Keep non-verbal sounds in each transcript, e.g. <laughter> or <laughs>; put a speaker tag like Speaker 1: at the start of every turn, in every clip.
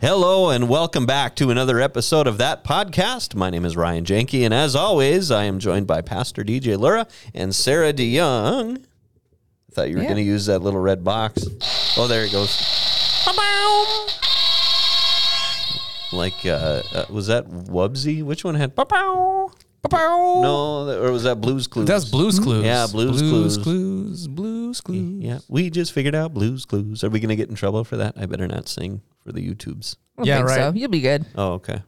Speaker 1: Hello and welcome back to another episode of that podcast. My name is Ryan Janke, and as always, I am joined by Pastor DJ Lura and Sarah DeYoung. I thought you were
Speaker 2: Yeah.
Speaker 1: going to use that little red box. Oh, there it goes. Like, uh, uh, was that Wubsy? Which one had?
Speaker 2: Ba-pow. Ba-pow.
Speaker 1: No, that- or was that Blues Clues?
Speaker 3: That's Blues Clues.
Speaker 1: Yeah, Blues
Speaker 3: blues
Speaker 1: Clues.
Speaker 3: Clues. Blues Clues.
Speaker 1: Yeah, we just figured out Blues Clues. Are we going to get in trouble for that? I better not sing for the YouTubes.
Speaker 2: I don't
Speaker 3: Yeah,
Speaker 2: think So.
Speaker 3: right.
Speaker 2: You'll be
Speaker 3: <laughs>
Speaker 2: good.
Speaker 1: Oh, okay.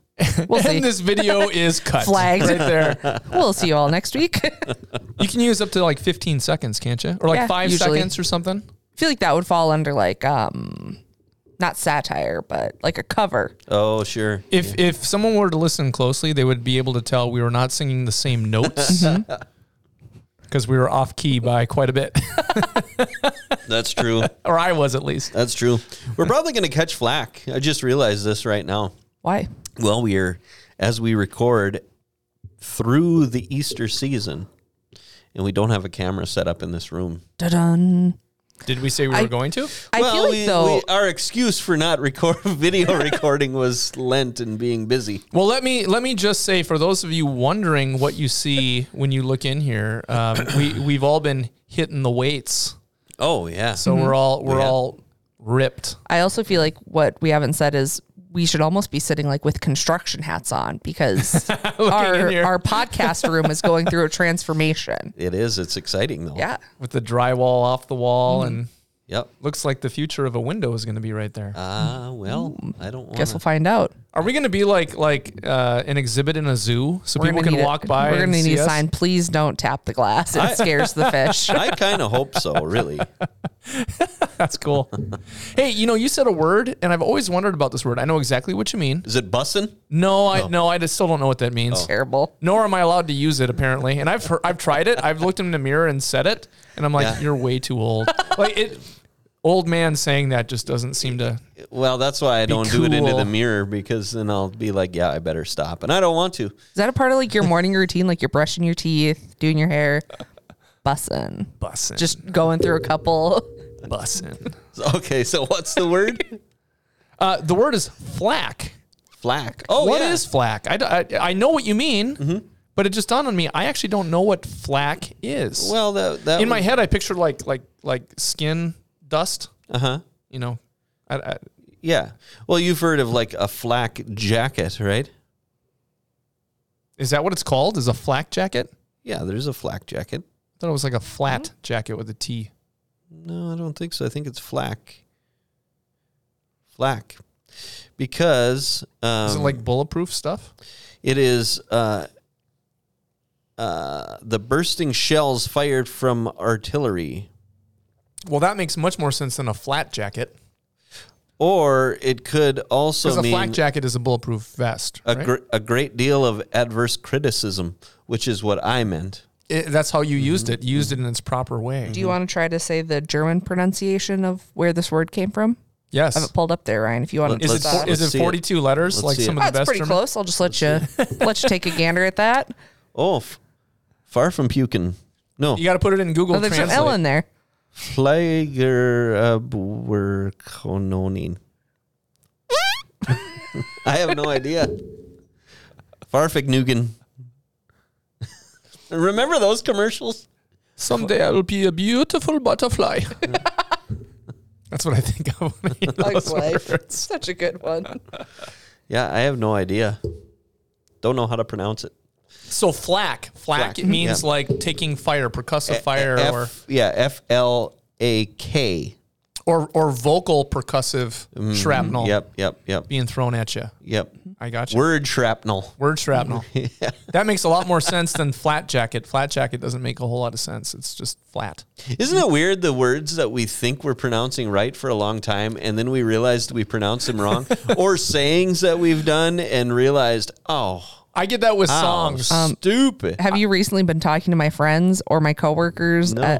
Speaker 2: We'll see.
Speaker 3: And this video is cut.
Speaker 2: Flags.
Speaker 3: right there.
Speaker 2: we'll see you all next week. <laughs> I
Speaker 3: You can use up to like 15 seconds, can't you? Or like
Speaker 2: Yeah,
Speaker 3: five
Speaker 2: usually.
Speaker 3: seconds or something.
Speaker 2: feel like that would fall under like um not satire, but like a cover.
Speaker 1: Oh, sure.
Speaker 3: If if someone were to listen closely, they would be able to tell we were not singing the same notes because we were off key by quite a bit, <laughs>
Speaker 1: That's true.
Speaker 3: or I was at least.
Speaker 1: That's true. We're probably going to catch flack. I just realized this right now.
Speaker 2: Why?
Speaker 1: Well, we are, as we record through the Easter season, and we don't have a camera set up in this room.
Speaker 2: Dun.
Speaker 3: Did we say we
Speaker 2: I-
Speaker 3: were going to?
Speaker 2: I
Speaker 1: well,
Speaker 2: feel like
Speaker 1: we,
Speaker 2: though
Speaker 1: we- our excuse for not record <laughs>
Speaker 2: <laughs>
Speaker 1: video recording was Lent and being busy.
Speaker 3: Well, let me let me just say for those of you wondering what you see when you look in here, um, we we've all been hitting the weights,
Speaker 1: Oh yeah.
Speaker 3: so we're all we're
Speaker 1: Yeah.
Speaker 3: all ripped.
Speaker 2: I also feel like what we haven't said is we should almost be sitting like with construction hats on
Speaker 3: <laughs>
Speaker 2: because
Speaker 3: in
Speaker 2: our
Speaker 3: here.
Speaker 2: our podcast room is going through a
Speaker 3: <laughs>
Speaker 2: transformation.
Speaker 1: it is. It's exciting though.
Speaker 2: Yeah.
Speaker 3: with the drywall off the
Speaker 2: Mm-hmm.
Speaker 3: wall and
Speaker 1: Yep.
Speaker 3: looks like the future of a window is going to be right there.
Speaker 1: Ah well, I don't want.
Speaker 2: Mm. Guess we'll find out.
Speaker 3: Are we going to be like like uh, an exhibit in a zoo so people
Speaker 2: gonna
Speaker 3: can
Speaker 2: need a-
Speaker 3: walk by
Speaker 2: We're gonna
Speaker 3: and
Speaker 2: need
Speaker 3: see
Speaker 2: a
Speaker 3: us?
Speaker 2: sign. Please don't tap the glass. It scares the fish.
Speaker 1: I kind of hope
Speaker 2: <laughs>
Speaker 1: so. Really.
Speaker 3: <laughs> That's cool. hey, you know, you said a word and I've always wondered about this word. I know exactly what you mean.
Speaker 1: Is it bussin'?
Speaker 3: No, I no, I just still don't know what that means.
Speaker 2: Terrible.
Speaker 3: Nor am I allowed to use it apparently. And I've heard, I've tried it. I've looked in the mirror and said it and I'm like
Speaker 1: Yeah.
Speaker 3: you're way too old. like it old man saying that just doesn't seem to
Speaker 1: Well, that's why I don't do it into
Speaker 3: cool.
Speaker 1: the mirror because then I'll be like, yeah, I better stop, and I don't want to. <laughs>
Speaker 2: Is that a part of like your morning routine? Like you're brushing your teeth, doing your hair, bussin',
Speaker 3: bussin. Just
Speaker 2: just going through a couple.
Speaker 3: bussin.
Speaker 1: Okay, so what's the
Speaker 2: <laughs>
Speaker 1: word?
Speaker 3: Uh, the word is flack.
Speaker 1: Flack. Oh,
Speaker 3: What is
Speaker 1: yeah. Mm-hmm.
Speaker 3: flack? I, d- I- I know what you mean, but it just dawned on me. I actually don't know what flack is.
Speaker 1: Well, that, that
Speaker 3: in my head, I pictured like like like skin dust.
Speaker 1: uh huh.
Speaker 3: You know, I, I,
Speaker 1: Yeah. Well, you've heard of like a flak jacket, right?
Speaker 3: is that what it's called? Is a flak jacket? I
Speaker 1: Yeah, there's a flak jacket.
Speaker 3: thought it was like a flat
Speaker 1: Hmm?
Speaker 3: jacket with a T.
Speaker 1: No, I don't think so. I think it's flak. Flak, because um,
Speaker 3: Is it like bulletproof stuff?
Speaker 1: It is uh, uh, the bursting shells fired from artillery.
Speaker 3: Well, that makes much more sense than a flat jacket
Speaker 1: Or it could
Speaker 3: because
Speaker 1: also
Speaker 3: a
Speaker 1: mean
Speaker 3: flak jacket is a bulletproof vest.
Speaker 1: a,
Speaker 3: right?
Speaker 1: gr- a great deal of adverse criticism, which is what I meant.
Speaker 3: It- that's how you
Speaker 1: Mm-hmm.
Speaker 3: used it. You used it in its proper way.
Speaker 2: Do you want to try to say the German pronunciation of where this word came from?
Speaker 3: Yes.
Speaker 2: I have it pulled up there, Ryan. If you want to,
Speaker 3: Is it
Speaker 1: Let's-
Speaker 3: four,
Speaker 1: let's
Speaker 3: is it
Speaker 1: see it.
Speaker 3: 42 letters
Speaker 1: Let's
Speaker 3: like
Speaker 1: see
Speaker 3: some
Speaker 1: it.
Speaker 3: of
Speaker 2: that's
Speaker 3: the best
Speaker 2: Oh, pretty
Speaker 3: German-
Speaker 2: close. I'll just
Speaker 3: <laughs>
Speaker 2: let you let you take a gander at that.
Speaker 1: Oh, f- far from puking. No,
Speaker 3: You got to put it in Google
Speaker 2: Oh, there's
Speaker 3: Translate.
Speaker 2: an L in there.
Speaker 1: Oh, Fliegerabwerkononin. I have no idea. Farfignugan. Remember those commercials?
Speaker 3: Someday I will be a
Speaker 1: <laughs>
Speaker 3: beautiful butterfly. That's what I think of when I hear
Speaker 2: Like
Speaker 3: <laughs> those
Speaker 2: life.
Speaker 3: words.
Speaker 2: Such a good one.
Speaker 1: Yeah, I have no idea. Don't know how to pronounce it.
Speaker 3: So flack, flack,
Speaker 1: Flack,
Speaker 3: it means
Speaker 1: yeah.
Speaker 3: like taking fire, percussive fire,
Speaker 1: F-
Speaker 3: or
Speaker 1: yeah, F L A K.
Speaker 3: or or vocal percussive shrapnel
Speaker 1: Mm-hmm. Yep, yep, yep,
Speaker 3: being thrown at you.
Speaker 1: yep.
Speaker 3: I got you. Word,
Speaker 1: Word shrapnel. <laughs>
Speaker 3: shrapnel. That makes a lot more sense than flat jacket. Flat jacket doesn't make a whole lot of sense. It's just flat.
Speaker 1: Isn't it weird the words that we think we're pronouncing right for a long time and then we realized we pronounced them wrong? or sayings that we've done and realized, oh,
Speaker 3: I get that with
Speaker 1: oh,
Speaker 3: songs.
Speaker 1: stupid.
Speaker 2: Have you recently been talking to my friends or my coworkers?
Speaker 1: No.
Speaker 2: Uh,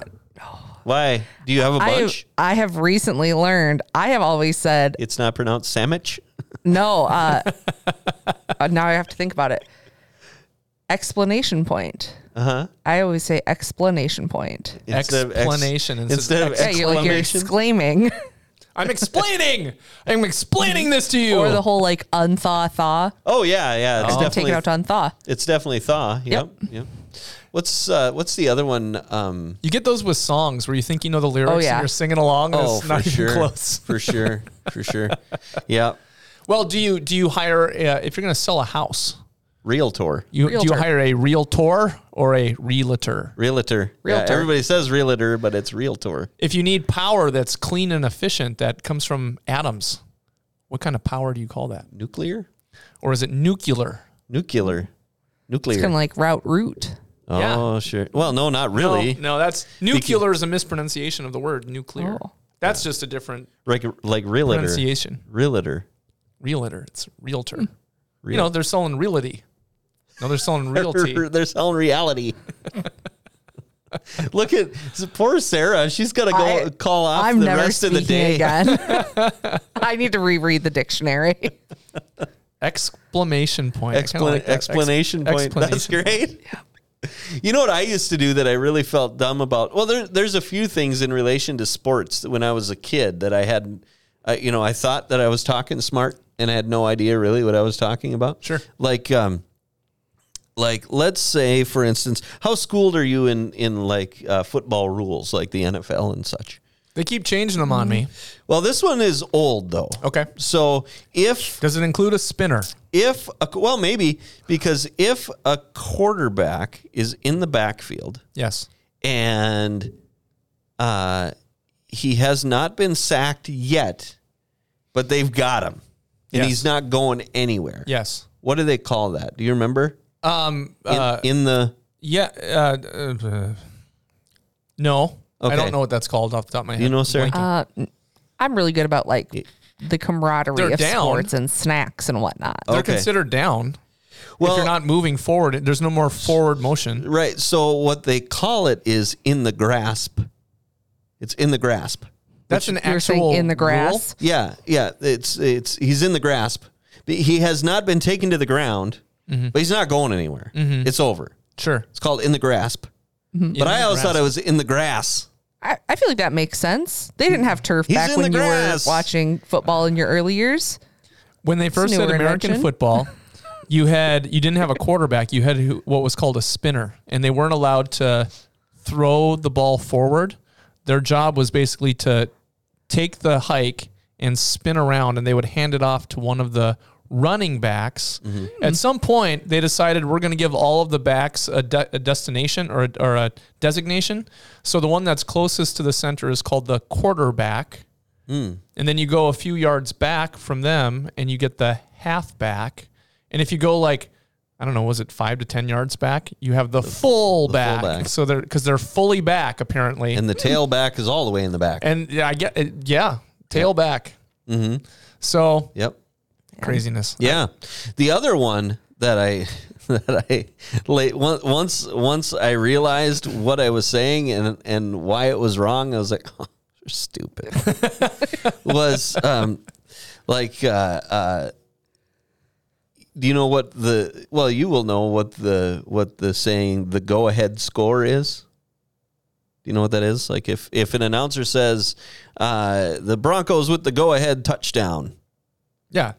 Speaker 1: Why? Do you have a
Speaker 2: I
Speaker 1: bunch?
Speaker 2: I have recently learned. I have always said
Speaker 1: it's not pronounced sandwich?
Speaker 2: No, uh, <laughs> uh, now I have to think about it. Explanation point.
Speaker 1: Uh huh.
Speaker 2: I always say explanation point.
Speaker 3: Explanation instead
Speaker 1: instead
Speaker 3: of
Speaker 1: of
Speaker 2: Yeah,
Speaker 1: ex-
Speaker 2: you're like you're
Speaker 1: exclamation.
Speaker 2: exclaiming. <laughs>
Speaker 1: <laughs>
Speaker 3: I'm explaining. I'm explaining this to you.
Speaker 2: Or the whole like unthaw thaw.
Speaker 1: Oh yeah, yeah. It's
Speaker 2: Take it
Speaker 1: definitely
Speaker 2: out to unthaw.
Speaker 1: it's definitely thaw. Yep.
Speaker 2: Yep.
Speaker 1: Yep. What's uh, what's the other one? Um,
Speaker 3: you get those with songs where you think you know the lyrics
Speaker 2: yeah.
Speaker 3: and you're singing along. and
Speaker 1: oh,
Speaker 3: it's
Speaker 1: for
Speaker 3: not
Speaker 1: sure.
Speaker 3: even close.
Speaker 1: for sure. For sure. Yeah.
Speaker 3: Well, do you do you hire uh, if you're going to sell a house?
Speaker 1: Realtor.
Speaker 3: You do
Speaker 2: Realtor.
Speaker 3: you hire a realtor or a realtor?
Speaker 1: Realtor. Yeah,
Speaker 2: Realtor.
Speaker 1: everybody says realtor, but it's realtor.
Speaker 3: If you need power that's clean and efficient that comes from atoms, what kind of power do you call that?
Speaker 1: Nuclear?
Speaker 3: Or is it nuclear?
Speaker 1: Nuclear.
Speaker 2: It's kind
Speaker 1: Nuclear.
Speaker 2: of like route root.
Speaker 1: oh, sure. Well, no, not really.
Speaker 3: Oh, No, no, that's nuclear is a mispronunciation of the word nuclear.
Speaker 2: Oh.
Speaker 3: That's just a different
Speaker 1: Like like realtor.
Speaker 3: pronunciation.
Speaker 1: Realtor.
Speaker 3: Realtor. It's realtor.
Speaker 2: Hmm.
Speaker 1: Real-
Speaker 3: You know, they're selling realty. No, they're
Speaker 1: <laughs>
Speaker 3: selling realty.
Speaker 1: They're selling
Speaker 2: <laughs>
Speaker 1: reality. Look at poor Sarah. She's gonna go
Speaker 2: I-
Speaker 1: call off
Speaker 2: I'm
Speaker 1: the
Speaker 2: never
Speaker 1: rest of the
Speaker 2: speaking
Speaker 1: day.
Speaker 2: again.
Speaker 1: <laughs>
Speaker 2: <laughs> I need to reread the dictionary. <laughs>
Speaker 3: Exclamation point. I kinda
Speaker 1: Expla-
Speaker 3: like that. Ex-
Speaker 1: explanation point. That's
Speaker 3: explanation. <laughs>
Speaker 1: great. You know what I used to do that I really felt dumb about? Well, there, there's a few things in relation to sports that when I was a kid that I had, uh, you know, I thought that I was talking smart and I had no idea really what I was talking about.
Speaker 3: Sure.
Speaker 1: Like, um, like let's say for instance, how schooled are you in in like uh, football rules, like the NFL and such?
Speaker 3: They keep changing them on me.
Speaker 2: Mm-hmm.
Speaker 1: Well, this one is old though.
Speaker 3: Okay.
Speaker 1: So if
Speaker 3: Does it include a spinner?
Speaker 1: if a, well maybe because if a quarterback is in the backfield
Speaker 3: Yes.
Speaker 1: and uh, he has not been sacked yet, but they've got him and
Speaker 3: Yes.
Speaker 1: he's not going anywhere.
Speaker 3: Yes.
Speaker 1: What do they call that? Do you remember?
Speaker 3: Um.
Speaker 1: In,
Speaker 3: uh,
Speaker 1: in the
Speaker 3: yeah. Uh, uh, no. I
Speaker 1: Okay.
Speaker 3: don't know what that's called off the top of my head.
Speaker 1: you know, sir.
Speaker 2: Uh, I'm really good about like the
Speaker 3: They're
Speaker 2: camaraderie of
Speaker 3: down.
Speaker 2: sports and snacks and whatnot.
Speaker 1: Oh.
Speaker 3: They're
Speaker 1: okay.
Speaker 3: considered down.
Speaker 1: Well-
Speaker 3: if you're not moving forward, there's no more forward motion.
Speaker 1: Right. So what they call it is in the grasp. It's in the grasp.
Speaker 3: That's an
Speaker 2: You're
Speaker 3: actual
Speaker 2: saying in the
Speaker 3: rule?
Speaker 2: grass.
Speaker 1: Yeah, yeah. It's it's he's in the grasp. He has not been taken to the ground, but he's not going anywhere. It's over.
Speaker 3: Sure.
Speaker 1: It's called in the grasp. But I always thought it was in the grass.
Speaker 2: I, I feel like that makes sense. They didn't have turf
Speaker 1: He's
Speaker 2: back
Speaker 1: in
Speaker 2: when
Speaker 1: the
Speaker 2: you were
Speaker 1: grass.
Speaker 2: watching football in your early years.
Speaker 3: when they first
Speaker 2: newer
Speaker 3: said American
Speaker 2: invention. <laughs>
Speaker 3: football, you had you didn't have a quarterback. You had who- what was called a spinner, and they weren't allowed to throw the ball forward. Their job was basically to take the hike and spin around, and they would hand it off to one of the running backs. At some point, they decided we're going to give all of the backs a, de- a destination or a, or a designation. So the one that's closest to the center is called the quarterback. And then you go a few yards back from them and you get the halfback. And if you go like, I don't know, was it five to 10 yards back? You have the, full, back.
Speaker 1: fullback.
Speaker 3: So they're, because they're fully back apparently. And,
Speaker 1: And the tail back is all the way in the back.
Speaker 3: yeah, I get it. Yeah. Tail back. Mm-hmm. So
Speaker 1: Yep.
Speaker 3: craziness.
Speaker 1: Yeah. The other one that I <laughs> that I late on- once once I realized what I was saying and and why it was wrong, I was like, <laughs> oh, you're stupid. was um like uh uh do you know what the well you will know what the what the saying the go ahead score is? Do you know what that is? Like if if an announcer says uh the Broncos with the go ahead touchdown
Speaker 3: Yeah.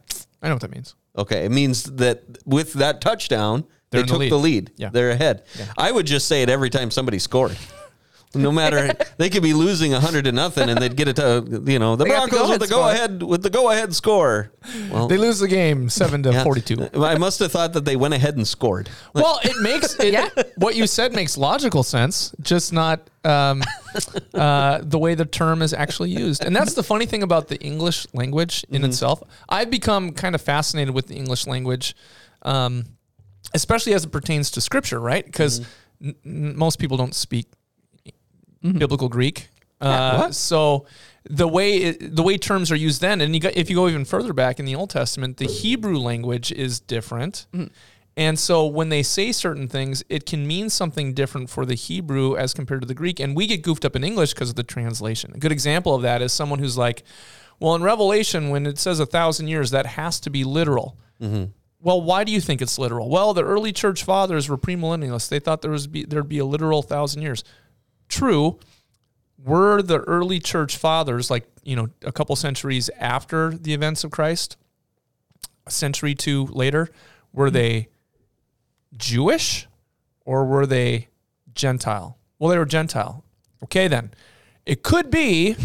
Speaker 3: I know what that means.
Speaker 1: Okay, it means that with that touchdown, they
Speaker 3: They're in the
Speaker 1: took
Speaker 3: lead.
Speaker 1: the lead.
Speaker 3: Yeah.
Speaker 1: They're ahead. I would just say it every time somebody scored. No
Speaker 2: <laughs>
Speaker 1: matter they could be losing hundred to nothing, and they'd get it to you know the
Speaker 2: got the
Speaker 1: Broncos with
Speaker 2: go-ahead
Speaker 1: the
Speaker 2: score.
Speaker 1: go ahead with the go ahead score. Well,
Speaker 3: They lose the game seven to
Speaker 1: yeah. <laughs>
Speaker 3: 42.
Speaker 1: I must have thought that they went ahead and scored.
Speaker 3: Well, it makes it,
Speaker 2: Yeah.
Speaker 3: what you said makes logical sense, just not
Speaker 1: <laughs>
Speaker 3: um, uh, the way the term is actually used. And that's the funny thing about the English language in
Speaker 1: Mm-hmm.
Speaker 3: itself. I've become kind of fascinated with the English language, um, especially as it pertains to scripture, right? Because
Speaker 1: Mm-hmm.
Speaker 3: n- n- most people don't speak biblical Greek. Uh, so the way it, the way terms are used then, and you go, if you go even further back in the Old Testament, the Hebrew language is different. And so when they say certain things, it can mean something different for the Hebrew as compared to the Greek. And we get goofed up in English because of the translation. A good example of that is someone who's like, well, in Revelation, when it says a thousand years, that has to be literal. Well, why do you think it's literal? Well, the early church fathers were premillennialists. They thought there was be, there'd be a literal thousand years. True. were the early church fathers, like, you know, a couple centuries after the events of Christ, a century two later, were they Jewish or were they Gentile? Well, they were Gentile. Okay, then. It could be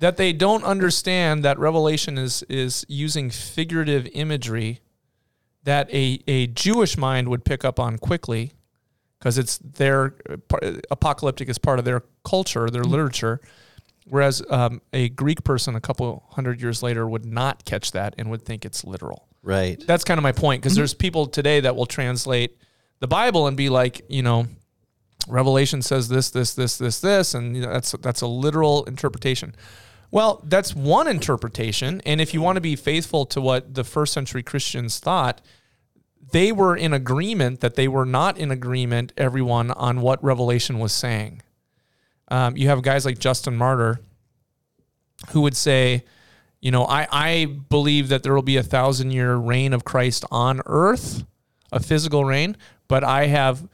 Speaker 3: that they don't understand that Revelation is, is using figurative imagery that a, a Jewish mind would pick up on quickly because it's their apocalyptic is part of their culture, their literature. Whereas um, a Greek person a couple hundred years later would not catch that and would think it's literal.
Speaker 1: Right.
Speaker 3: That's kind of my point because there's people today that will translate the Bible and be like, you know, Revelation says this, this, this, this, this, and you know, that's that's a literal interpretation. Well, that's one interpretation, and if you want to be faithful to what the first century Christians thought, they were in agreement that they were not in agreement, everyone, on what Revelation was saying. Um, you have guys like Justin Martyr who would say, you know, I, I believe that there will be a thousand year reign of Christ on earth, a physical reign, but I have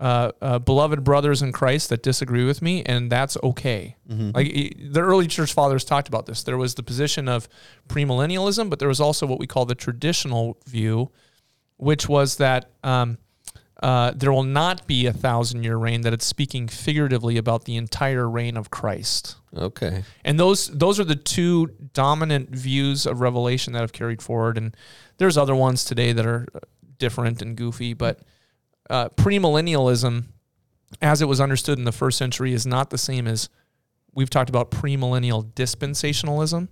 Speaker 3: uh, uh, beloved brothers in Christ that disagree with me, and that's okay. Like e- the early church fathers talked about this. There was the position of premillennialism, but there was also what we call the traditional view, which was that um, uh, there will not be a thousand year reign, that it's speaking figuratively about the entire reign of Christ.
Speaker 1: Okay.
Speaker 3: And those those are the two dominant views of Revelation that have carried forward. And there's other ones today that are uh, different and goofy, but uh, premillennialism, as it was understood in the first century, is not the same as we've talked about premillennial dispensationalism.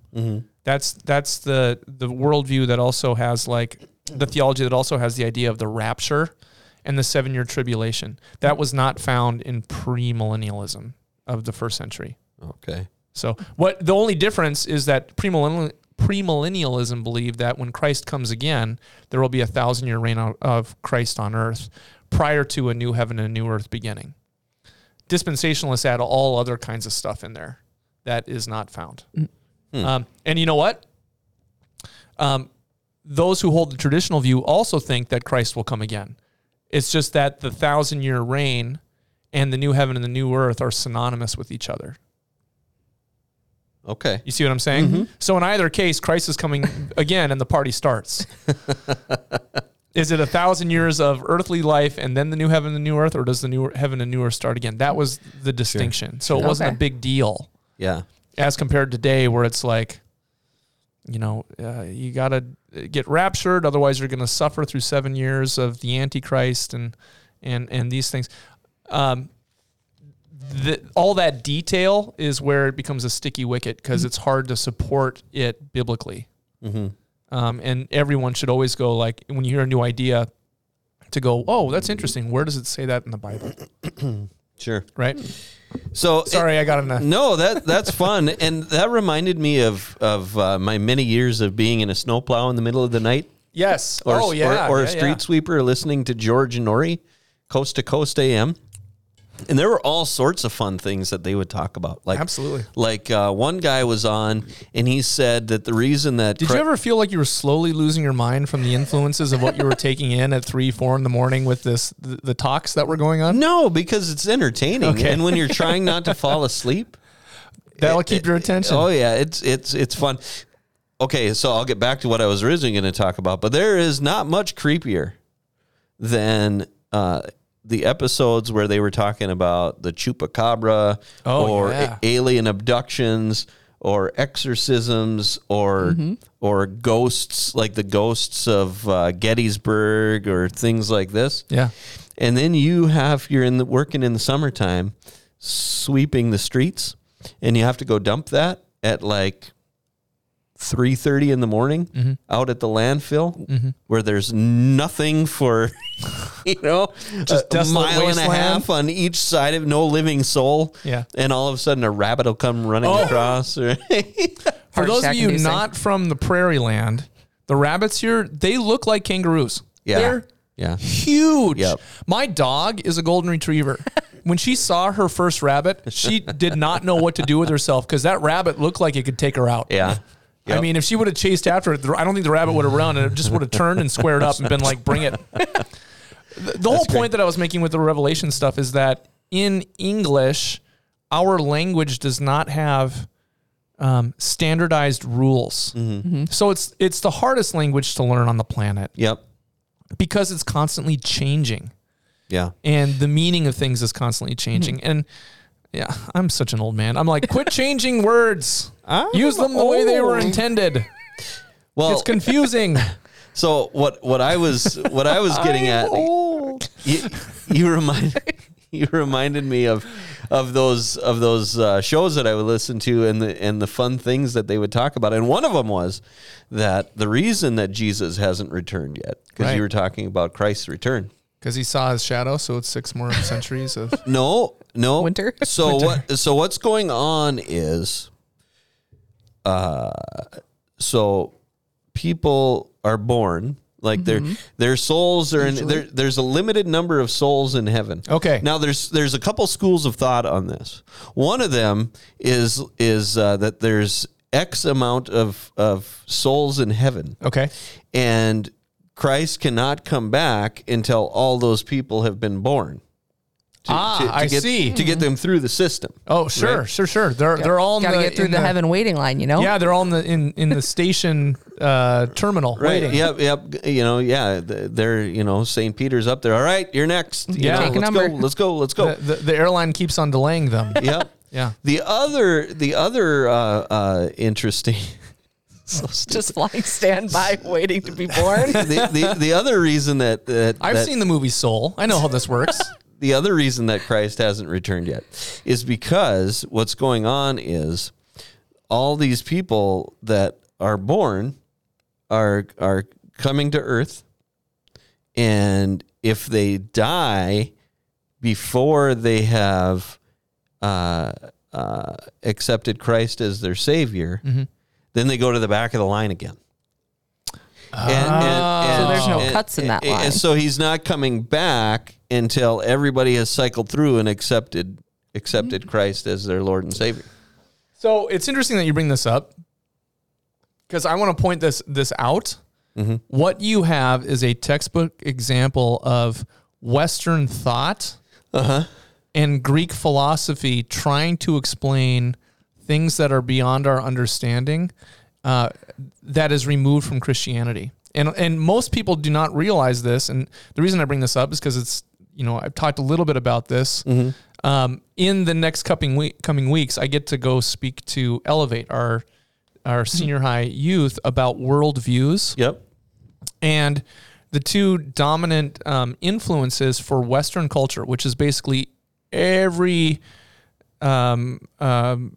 Speaker 3: That's that's the the worldview that also has like the theology that also has the idea of the rapture and the seven year tribulation. That was not found in premillennialism of the first century.
Speaker 1: Okay.
Speaker 3: So what the only difference is that premillennial, premillennialism believed that when Christ comes again, there will be a thousand year reign o- of Christ on earth prior to a new heaven and a new earth beginning. Dispensationalists add all other kinds of stuff in there that is not found. Um, and you know what? Um, those who hold the traditional view also think that Christ will come again. It's just that the thousand year reign and the new heaven and the new earth are synonymous with each other.
Speaker 1: Okay.
Speaker 3: You see what I'm saying? So in either case, Christ is coming again, and the party starts. is it a thousand years of earthly life and then the new heaven and the new earth, or does the new heaven and new earth start again? That was the distinction. So it wasn't a
Speaker 2: Okay.
Speaker 3: big deal
Speaker 1: Yeah.
Speaker 3: as compared to today, where it's like, you know, uh, you gotta get raptured, otherwise you're gonna suffer through seven years of the Antichrist and and and these things. Um, the, all that detail is where it becomes a sticky wicket because it's hard to support it biblically.
Speaker 1: Mm-hmm.
Speaker 3: Um, and everyone should always go like when you hear a new idea, to go, oh, that's interesting. Where does it say that in the Bible?
Speaker 1: Sure.
Speaker 3: Right?
Speaker 1: So
Speaker 3: Sorry, I got on a
Speaker 1: No, that that's fun, and that reminded me of of uh, my many years of being in a snowplow in the middle of the night,
Speaker 3: yes.
Speaker 1: or
Speaker 3: oh
Speaker 1: or-
Speaker 3: yeah,
Speaker 1: or,
Speaker 3: yeah,
Speaker 1: a
Speaker 3: yeah.
Speaker 1: street sweeper listening to George and Nori, coast to coast AM, and there were all sorts of fun things that they would talk about. Like
Speaker 3: Absolutely.
Speaker 1: like uh, one guy was on, and he said that the reason that
Speaker 3: Did
Speaker 1: Chri-
Speaker 3: you ever feel like you were slowly losing your mind from the influences of what
Speaker 1: <laughs>
Speaker 3: you were taking in at three, four in the morning with this the, the talks that were going on?
Speaker 1: no, because it's entertaining, and when you're trying not
Speaker 3: <laughs>
Speaker 1: to fall asleep,
Speaker 3: That'll keep your attention.
Speaker 1: Oh yeah, it's it's it's fun. Okay, so I'll get back to what I was originally going to talk about, but there is not much creepier than uh, the episodes where they were talking about the chupacabra
Speaker 3: Oh,
Speaker 1: or
Speaker 3: yeah.
Speaker 1: a- alien abductions or exorcisms or
Speaker 3: Mm-hmm.
Speaker 1: or ghosts like the ghosts of uh, Gettysburg or things like this.
Speaker 3: Yeah.
Speaker 1: And then you have you're in the working in the summertime, sweeping the streets, and you have to go dump that at like three thirty in the morning
Speaker 3: Mm-hmm.
Speaker 1: out at the landfill where there's nothing for <laughs> you know
Speaker 3: Just
Speaker 1: a
Speaker 3: desolate
Speaker 1: mile and a
Speaker 3: wasteland.
Speaker 1: half on each side of no living soul.
Speaker 3: Yeah. Oh.
Speaker 1: And all of a sudden a rabbit will come running across <laughs> or
Speaker 3: For
Speaker 2: Heart
Speaker 3: those of
Speaker 2: attack
Speaker 3: you
Speaker 2: inducing.
Speaker 3: not from the prairie land, the rabbits here, they look like kangaroos.
Speaker 1: Yeah.
Speaker 3: They're
Speaker 1: Yeah.
Speaker 3: huge.
Speaker 1: Yep.
Speaker 3: My dog is a
Speaker 1: <laughs>
Speaker 3: golden retriever. when she saw her first rabbit, she did not know what to do with herself because that rabbit looked like it could take her out.
Speaker 1: Yeah.
Speaker 3: I
Speaker 1: Yep.
Speaker 3: mean, if she would have chased after it, I don't think the rabbit would have run. and It just would have turned and squared up and been like, "Bring it." The, the whole point that I was making with the Revelation stuff is that in English, our language does not have um, standardized rules.
Speaker 1: Mm-hmm.
Speaker 3: So it's it's the hardest language to learn on the planet
Speaker 1: Yep.
Speaker 3: because it's constantly changing
Speaker 1: Yeah.
Speaker 3: and the meaning of things is constantly changing.
Speaker 1: Mm-hmm.
Speaker 3: And yeah, I'm such an old man. I'm like,
Speaker 1: <laughs>
Speaker 3: quit changing words.
Speaker 1: I'm
Speaker 3: Use them the way they were
Speaker 1: old.
Speaker 3: intended.
Speaker 1: Well,
Speaker 3: It's confusing.
Speaker 1: so what? What I was what I
Speaker 3: <laughs>
Speaker 1: was getting at. you, you remind you reminded me of of those of those uh, shows that I would listen to and the and the fun things that they would talk about. And one of them was that the reason that Jesus hasn't returned yet because
Speaker 3: Right.
Speaker 1: you were talking about Christ's return.
Speaker 3: Because he saw his shadow, so it's six more centuries of
Speaker 1: No, no
Speaker 2: Winter? <laughs>
Speaker 1: So what? So what's going on is, uh, so people are born like
Speaker 2: Mm-hmm.
Speaker 1: their their souls are in there. There's a limited number of souls in heaven.
Speaker 3: Okay.
Speaker 1: Now there's there's a couple schools of thought on this. One of them is is uh, that there's X amount of of souls in heaven
Speaker 3: Okay.
Speaker 1: and Christ cannot come back until all those people have been born. To,
Speaker 3: Ah, I
Speaker 1: get,
Speaker 3: see.
Speaker 1: To get them through the system.
Speaker 3: Oh, sure,
Speaker 1: Right?
Speaker 3: sure, sure. They're they're all in
Speaker 2: Gotta
Speaker 3: the,
Speaker 2: get through
Speaker 3: in
Speaker 2: the, heaven waiting line, you know?
Speaker 3: Yeah, they're all in the in, in the station uh, terminal
Speaker 1: Right.
Speaker 3: waiting.
Speaker 1: Yep. Yep. You know. Yeah. th- They're. You know. St. Peter's up there. All right. You're next. You
Speaker 3: Yeah.
Speaker 1: know,
Speaker 3: Take
Speaker 2: a
Speaker 1: let's go.
Speaker 2: number.
Speaker 1: Let's go. Let's go.
Speaker 3: The, the, the airline keeps on delaying them.
Speaker 1: <laughs> yep.
Speaker 3: <laughs> Yeah.
Speaker 1: The other. The other uh, uh, interesting.
Speaker 2: <laughs>
Speaker 1: <laughs>
Speaker 2: Just flying standby, waiting to be born.
Speaker 1: the, the, the other reason that, that
Speaker 3: I've
Speaker 1: that-
Speaker 3: seen the movie Soul. I know how this works.
Speaker 1: the other reason that Christ hasn't returned yet is because what's going on is all these people that are born are are coming to earth and if they die before they have uh, uh, accepted Christ as their savior, then they go to the back of the line again. And,
Speaker 2: So there's no cuts in that
Speaker 1: and- and
Speaker 2: line.
Speaker 1: so he's not coming back until everybody has cycled through and accepted accepted
Speaker 2: Mm-hmm.
Speaker 1: Christ as their Lord and Savior.
Speaker 3: So it's interesting that you bring this up because I want to point this this out. What you have is a textbook example of Western thought and Greek philosophy trying to explain things that are beyond our understanding uh, that is removed from Christianity. And and most people do not realize this. And the reason I bring this up is because it's you know I've talked a little bit about this. Um, in the next coming week, coming weeks, I get to go speak to Elevate our our senior high youth about worldviews
Speaker 1: Yep.
Speaker 3: and the two dominant um, influences for Western culture, which is basically every, um, um,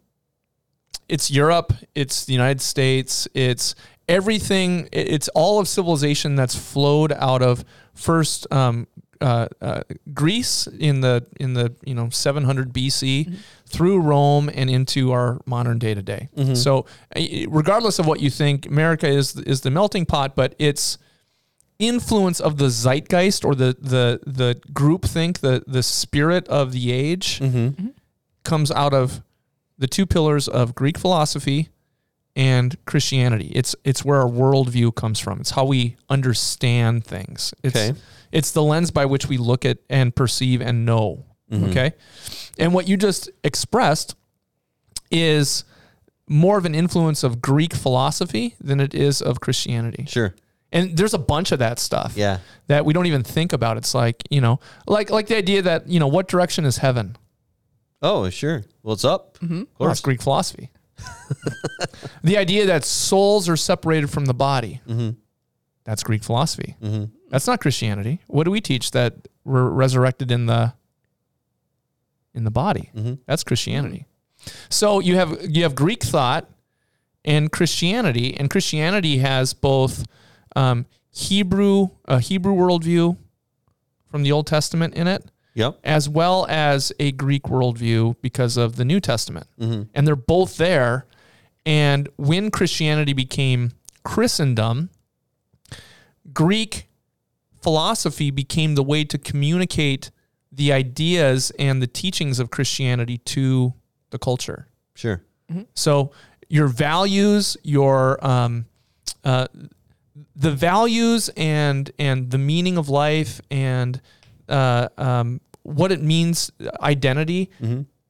Speaker 3: it's Europe, it's the United States, it's everything, i- it's all of civilization that's flowed out of first um, uh, uh, Greece in the in the you know 700 BC through Rome and into our modern day today. So, i- regardless of what you think, America is is the melting pot, but it's influence of the zeitgeist or the the the groupthink, the the spirit of the age,
Speaker 1: Mm-hmm.
Speaker 3: comes out of the two pillars of Greek philosophy and Christianity. It's it's where our worldview comes from. It's how we understand things. It's
Speaker 1: Okay.
Speaker 3: it's the lens by which we look at and perceive and know.
Speaker 1: Mm-hmm.
Speaker 3: Okay, and what you just expressed is more of an influence of Greek philosophy than it is of Christianity.
Speaker 1: Sure.
Speaker 3: And there's a bunch of that stuff
Speaker 1: Yeah.
Speaker 3: that we don't even think about. It's like, you know, like like the idea that, you know, what direction is heaven?
Speaker 1: Oh, sure. Mm-hmm. Well, it's up. Of
Speaker 3: Well, that's
Speaker 1: course.
Speaker 3: Greek philosophy. <laughs> the idea that souls are separated from the body.
Speaker 1: Mm-hmm.
Speaker 3: That's Greek philosophy. That's not Christianity. What do we teach that we're resurrected in the in the body?
Speaker 1: Mm-hmm.
Speaker 3: That's Christianity. So you have you have Greek thought and Christianity, and Christianity has both um, Hebrew a Hebrew worldview from the Old Testament in it,
Speaker 1: Yep.
Speaker 3: as well as a Greek worldview because of the New Testament. And they're both there. And when Christianity became Christendom, Greek philosophy became the way to communicate the ideas and the teachings of Christianity to the culture.
Speaker 1: Sure.
Speaker 3: So your values, your um, uh, the values and and the meaning of life and uh, um, what it means, identity,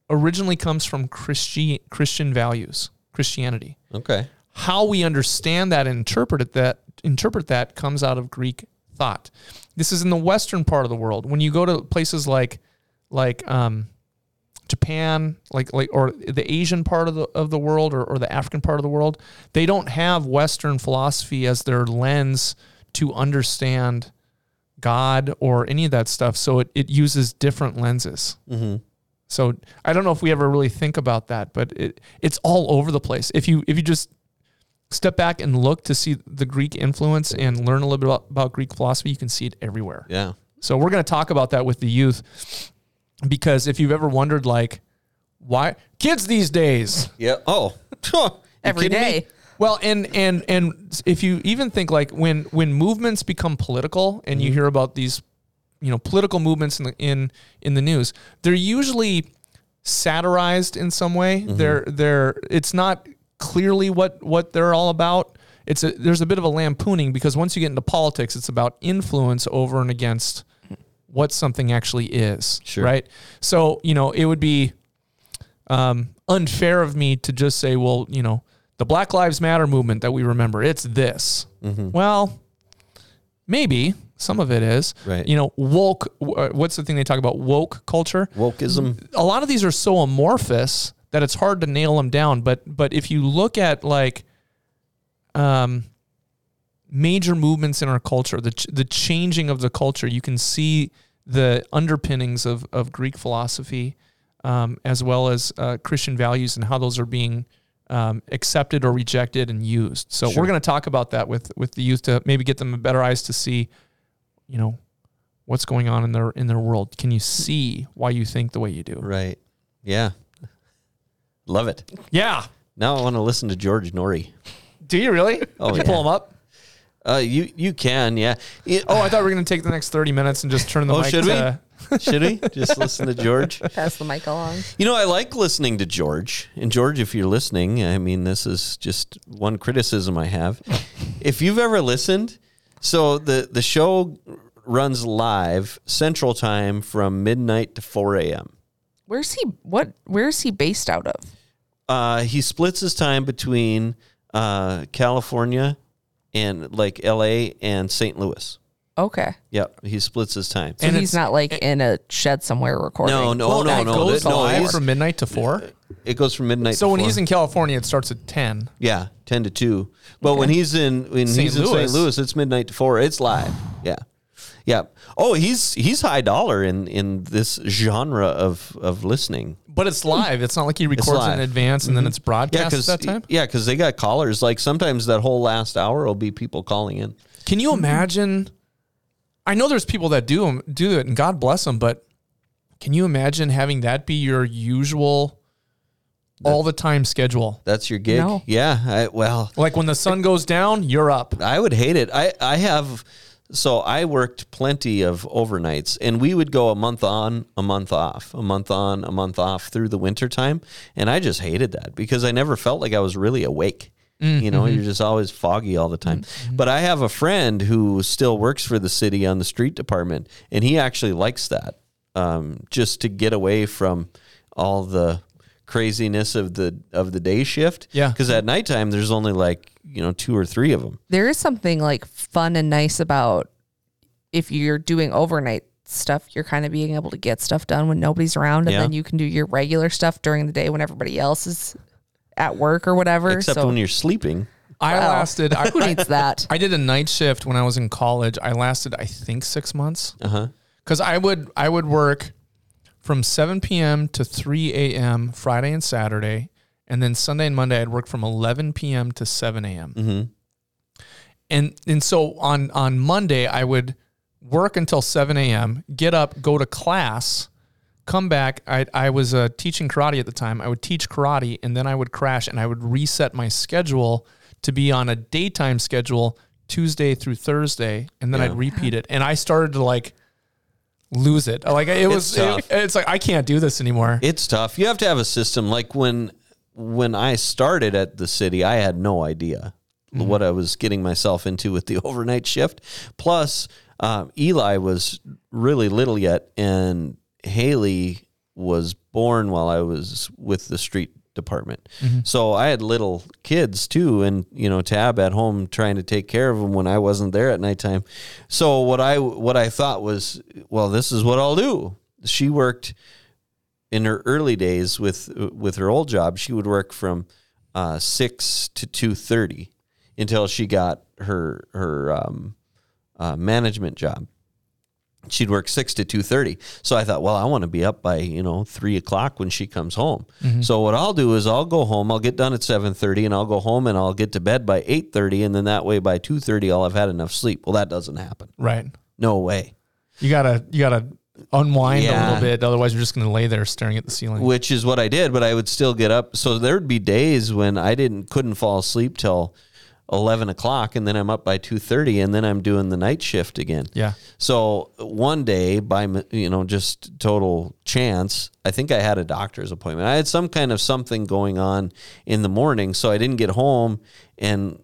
Speaker 3: originally comes from Christian Christian values, Christianity.
Speaker 1: Okay.
Speaker 3: How we understand that and interpret it, that interpret that comes out of Greek thought. This is in the Western part of the world. When you go to places like like um, Japan, like like or the Asian part of the of the world or, or the African part of the world, they don't have Western philosophy as their lens to understand God or any of that stuff. So it, it uses different lenses.
Speaker 1: Mhm.
Speaker 3: So I don't know if we ever really think about that, but it it's all over the place. If you if you just step back and look to see the Greek influence and learn a little bit about, about Greek philosophy, you can see it everywhere.
Speaker 1: Yeah.
Speaker 3: So we're going to talk about that with the youth because if you've ever wondered like why kids these days
Speaker 1: Yeah. Oh.
Speaker 2: <laughs> every day.
Speaker 3: well, and and and if you even think like when when movements become political, and
Speaker 2: Mm-hmm.
Speaker 3: you hear about these, you know, political movements in the, in in the news, they're usually satirized in some way.
Speaker 1: Mm-hmm.
Speaker 3: They're they're it's not clearly what what they're all about. It's a, there's a bit of a lampooning because once you get into politics, it's about influence over and against what something actually is,
Speaker 1: Sure.
Speaker 3: right? So you know, it would be um, unfair of me to just say, well, you know, the Black Lives Matter movement that we remember, it's this.
Speaker 1: Mm-hmm.
Speaker 3: Well, maybe some of it is.
Speaker 1: Right.
Speaker 3: You know, woke, uh, what's the thing they talk about? Woke culture.
Speaker 1: <laughs> Wokeism.
Speaker 3: A lot of these are so amorphous that it's hard to nail them down. But, but if you look at like, um, major movements in our culture, the, ch- the changing of the culture, you can see the underpinnings of, of Greek philosophy um, as well as uh, Christian values and how those are being um, accepted or rejected and used. So
Speaker 1: Sure.
Speaker 3: we're going to talk about that with, with the youth to maybe get them a better eyes to see, you know, what's going on in their, in their world. Can you see why you think the way you do?
Speaker 1: Right. Yeah. Love it.
Speaker 3: Yeah.
Speaker 1: Now I want to listen to George Norrie.
Speaker 3: Do you really?
Speaker 1: Oh,
Speaker 3: Can you
Speaker 1: yeah.
Speaker 3: pull them up?
Speaker 1: Uh, you you can yeah. Yeah.
Speaker 3: Oh, I thought we were going to take the next 30 minutes and just turn the
Speaker 1: Oh,
Speaker 3: mic
Speaker 1: should we?
Speaker 3: to,
Speaker 1: should we just listen to George?
Speaker 2: Pass the mic along.
Speaker 1: You know, I like listening to George. And George, if you're listening, I mean, this is just one criticism I
Speaker 3: <laughs>
Speaker 1: have. if you've ever listened, so the the show runs live Central Time from midnight to 4 a.m.
Speaker 2: Where's he? What? Where is he based out of?
Speaker 1: Uh, he splits his time between uh, California and like L.A. and St. Louis.
Speaker 2: Okay,
Speaker 1: Yep, he splits his time.
Speaker 2: so
Speaker 3: And
Speaker 2: he's
Speaker 3: it's-
Speaker 2: not like in a shed somewhere recording.
Speaker 1: No, no,
Speaker 3: well,
Speaker 1: no,
Speaker 3: that
Speaker 1: no,
Speaker 3: goes
Speaker 1: that- no,
Speaker 3: live
Speaker 1: he's-
Speaker 3: from midnight to four.
Speaker 1: It goes from midnight.
Speaker 3: So
Speaker 1: to
Speaker 3: when
Speaker 1: 4.
Speaker 3: he's in California, it starts at ten.
Speaker 1: Yeah, ten to two. But when he's in when
Speaker 3: St.
Speaker 1: he's in
Speaker 3: Louis.
Speaker 1: St. Louis, it's midnight to four. It's live. Yeah, yeah. Oh, he's he's high dollar in in this genre of of listening.
Speaker 3: But it's live. It's not like he records
Speaker 1: Hmm. live. Mm-hmm.
Speaker 3: in advance and then it's
Speaker 1: Yeah,
Speaker 3: broadcast at
Speaker 1: because
Speaker 3: that time.
Speaker 1: yeah, because they got callers. Like sometimes that whole last hour will be people calling in.
Speaker 3: Can you
Speaker 1: Mm-hmm.
Speaker 3: imagine? I know there's people that do 'em- do it, and God bless them. But can you imagine having that be your usual, all the time schedule?
Speaker 1: That's your gig.
Speaker 2: No.
Speaker 1: Yeah. I, well,
Speaker 3: Like when the sun goes down, you're up.
Speaker 1: I would hate it. I, I have so I worked plenty of overnights and we would go a month on, a month off, a month on, a month off through the winter time. And I just hated that because I never felt like I was really awake. You know, you're just always foggy all the time. But I have a friend who still works for the city on the street department and he actually likes that. Um, just to get away from all the craziness of the of the day shift.
Speaker 3: Yeah.
Speaker 1: Because at nighttime there's only like, you know, two or three of them.
Speaker 2: there is something like fun and nice about if you're doing overnight stuff, you're kind of being able to get stuff done when nobody's around, and
Speaker 1: Yeah.
Speaker 2: then you can do your regular stuff during the day when everybody else is at work or whatever.
Speaker 1: Except
Speaker 2: so
Speaker 1: when you're sleeping.
Speaker 3: I
Speaker 2: Wow.
Speaker 1: <laughs>
Speaker 3: lasted. I,
Speaker 2: <laughs> who needs that?
Speaker 3: I did a night shift when I was in college. I lasted, I think, six months. Uh
Speaker 1: Uh-huh.
Speaker 3: huh. Because I would I would work from 7 p.m. to 3 a.m. Friday and Saturday, and then Sunday and Monday I'd work from 11 p.m. to 7 a.m. And and so on on Monday I would work until 7 a.m. Get up, go to class. Come back. I, I was uh, teaching karate at the time. I would teach karate and then I would crash and I would reset my schedule to be on a daytime schedule Tuesday through Thursday. And then I'd repeat it. And I started to like lose it. Like it was,
Speaker 1: tough.
Speaker 3: it- it's like, I can't do this anymore.
Speaker 1: It's tough. You have to have a system. Like when when I started at the city, I had no idea what I was getting myself into with the <laughs> overnight shift. Plus, um, Eli was really little yet, and Haley was born while I was with the street department. So I had little kids too, and you know, Tab at home trying to take care of them when I wasn't there at nighttime. So what I what I thought was, well, this is what I'll do. She worked in her early days with with her old job, she would work from uh, six to two thirty until she got her her um, uh, management job. She'd work six to two thirty. So I thought, well, I want to be up by you know three o'clock when she comes home. So what I'll do is I'll go home. I'll get done at seven thirty, and I'll go home and I'll get to bed by eight thirty, and then that way by two thirty I'll have had enough sleep. Well, that doesn't happen.
Speaker 3: Right.
Speaker 1: No way.
Speaker 3: You gotta you gotta unwind a
Speaker 1: Yeah.
Speaker 3: little bit, otherwise you're just gonna lay there staring at the ceiling.
Speaker 1: which is what I did, but I would still get up. So there would be days when I didn't couldn't fall asleep till eleven o'clock, and then I'm up by two thirty, and then I'm doing the night shift again.
Speaker 3: yeah.
Speaker 1: So one day, by m- you know, just total chance, I think I had a doctor's appointment. I had some kind of something going on in the morning, so I didn't get home and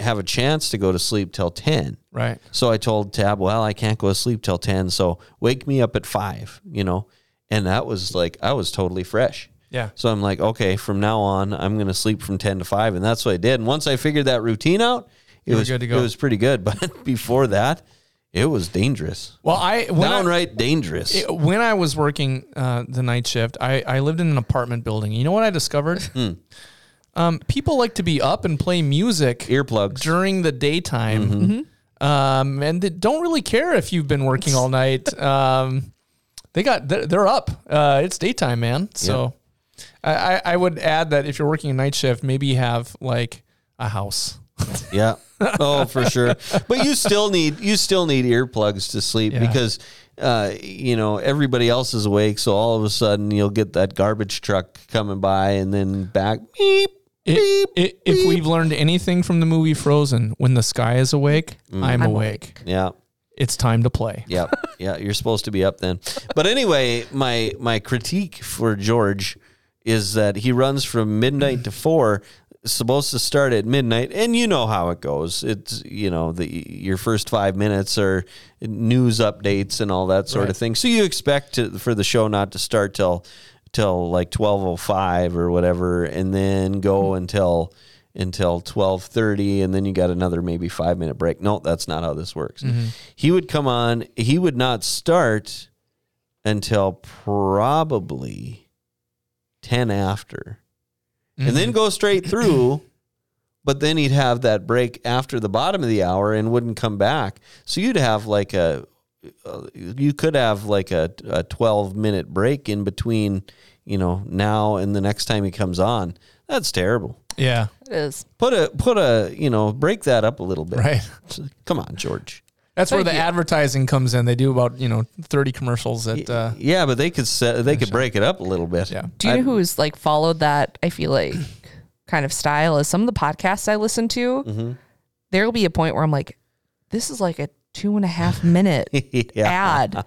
Speaker 1: have a chance to go to sleep till ten.
Speaker 3: Right.
Speaker 1: So I told Tab, well, I can't go to sleep till 10. So wake me up at five, you know? And that was like, I was totally fresh.
Speaker 3: Yeah.
Speaker 1: So I'm like, okay, from now on, I'm going to sleep from 10 to five. And that's what I did. And once I figured that routine out, it
Speaker 3: were
Speaker 1: was,
Speaker 3: good to go.
Speaker 1: it was pretty good. <laughs> But before that, it was dangerous.
Speaker 3: Well, I when I,
Speaker 1: Downright dangerous.
Speaker 3: it- when I was working uh, the night shift, I, I lived in an apartment building. You know what I discovered?
Speaker 1: Hmm.
Speaker 3: Um, people like to be up and play music
Speaker 1: Earplugs.
Speaker 3: during the daytime,
Speaker 1: Mm-hmm.
Speaker 2: Mm-hmm.
Speaker 3: um, and they don't really care if you've been working
Speaker 2: <laughs>
Speaker 3: all night. Um, they got they're, they're up. Uh, it's daytime, man. So I, I, I would add that if you're working a night shift, maybe have like a house.
Speaker 1: yeah. Oh, for sure. But you still need you still need earplugs to sleep
Speaker 3: Yeah.
Speaker 1: because uh, you know everybody else is awake. So all of a sudden you'll get that garbage truck coming by, and then back beep
Speaker 3: I-
Speaker 1: beep.
Speaker 3: i- if we've learned anything from the movie Frozen, when the sky is awake,
Speaker 1: Mm.
Speaker 3: I'm, awake.
Speaker 1: Yeah.
Speaker 3: It's time to play.
Speaker 1: Yeah. Yeah. You're supposed to be up then. But anyway, my my critique for George is that he runs from midnight to four. Supposed to start at midnight, and you know how it goes. It's you know the your first five minutes are news updates and all that sort of thing. So you expect to, for the show not to start till till like twelve oh five or whatever, and then go until until 12:30 and then you got another maybe 5 minute break. No, that's not how this works. He would come on, he would not start until probably 10 after. And then go straight through, but then he'd have that break after the bottom of the hour and wouldn't come back. So you'd have like a uh, you could have like a, a 12 minute break in between, you know, now and the next time he comes on. That's terrible
Speaker 3: Yeah.
Speaker 2: It is.
Speaker 1: put a put a you know break that up a little bit
Speaker 3: Right.
Speaker 1: come on george
Speaker 3: That's where
Speaker 2: Thank
Speaker 3: the
Speaker 2: you.
Speaker 3: advertising comes in. They do about, you know, 30 commercials at uh,
Speaker 1: yeah but they could set, they could break it up a little bit
Speaker 3: Yeah.
Speaker 2: Do you
Speaker 1: I-
Speaker 2: know who's like followed that? I feel like kind of style is some of the podcasts I listen to.
Speaker 1: Mm-hmm.
Speaker 2: There will be a point where I'm like, this is like a two and a half minute
Speaker 1: <laughs> <laughs> Yeah. <laughs>
Speaker 2: ad, and,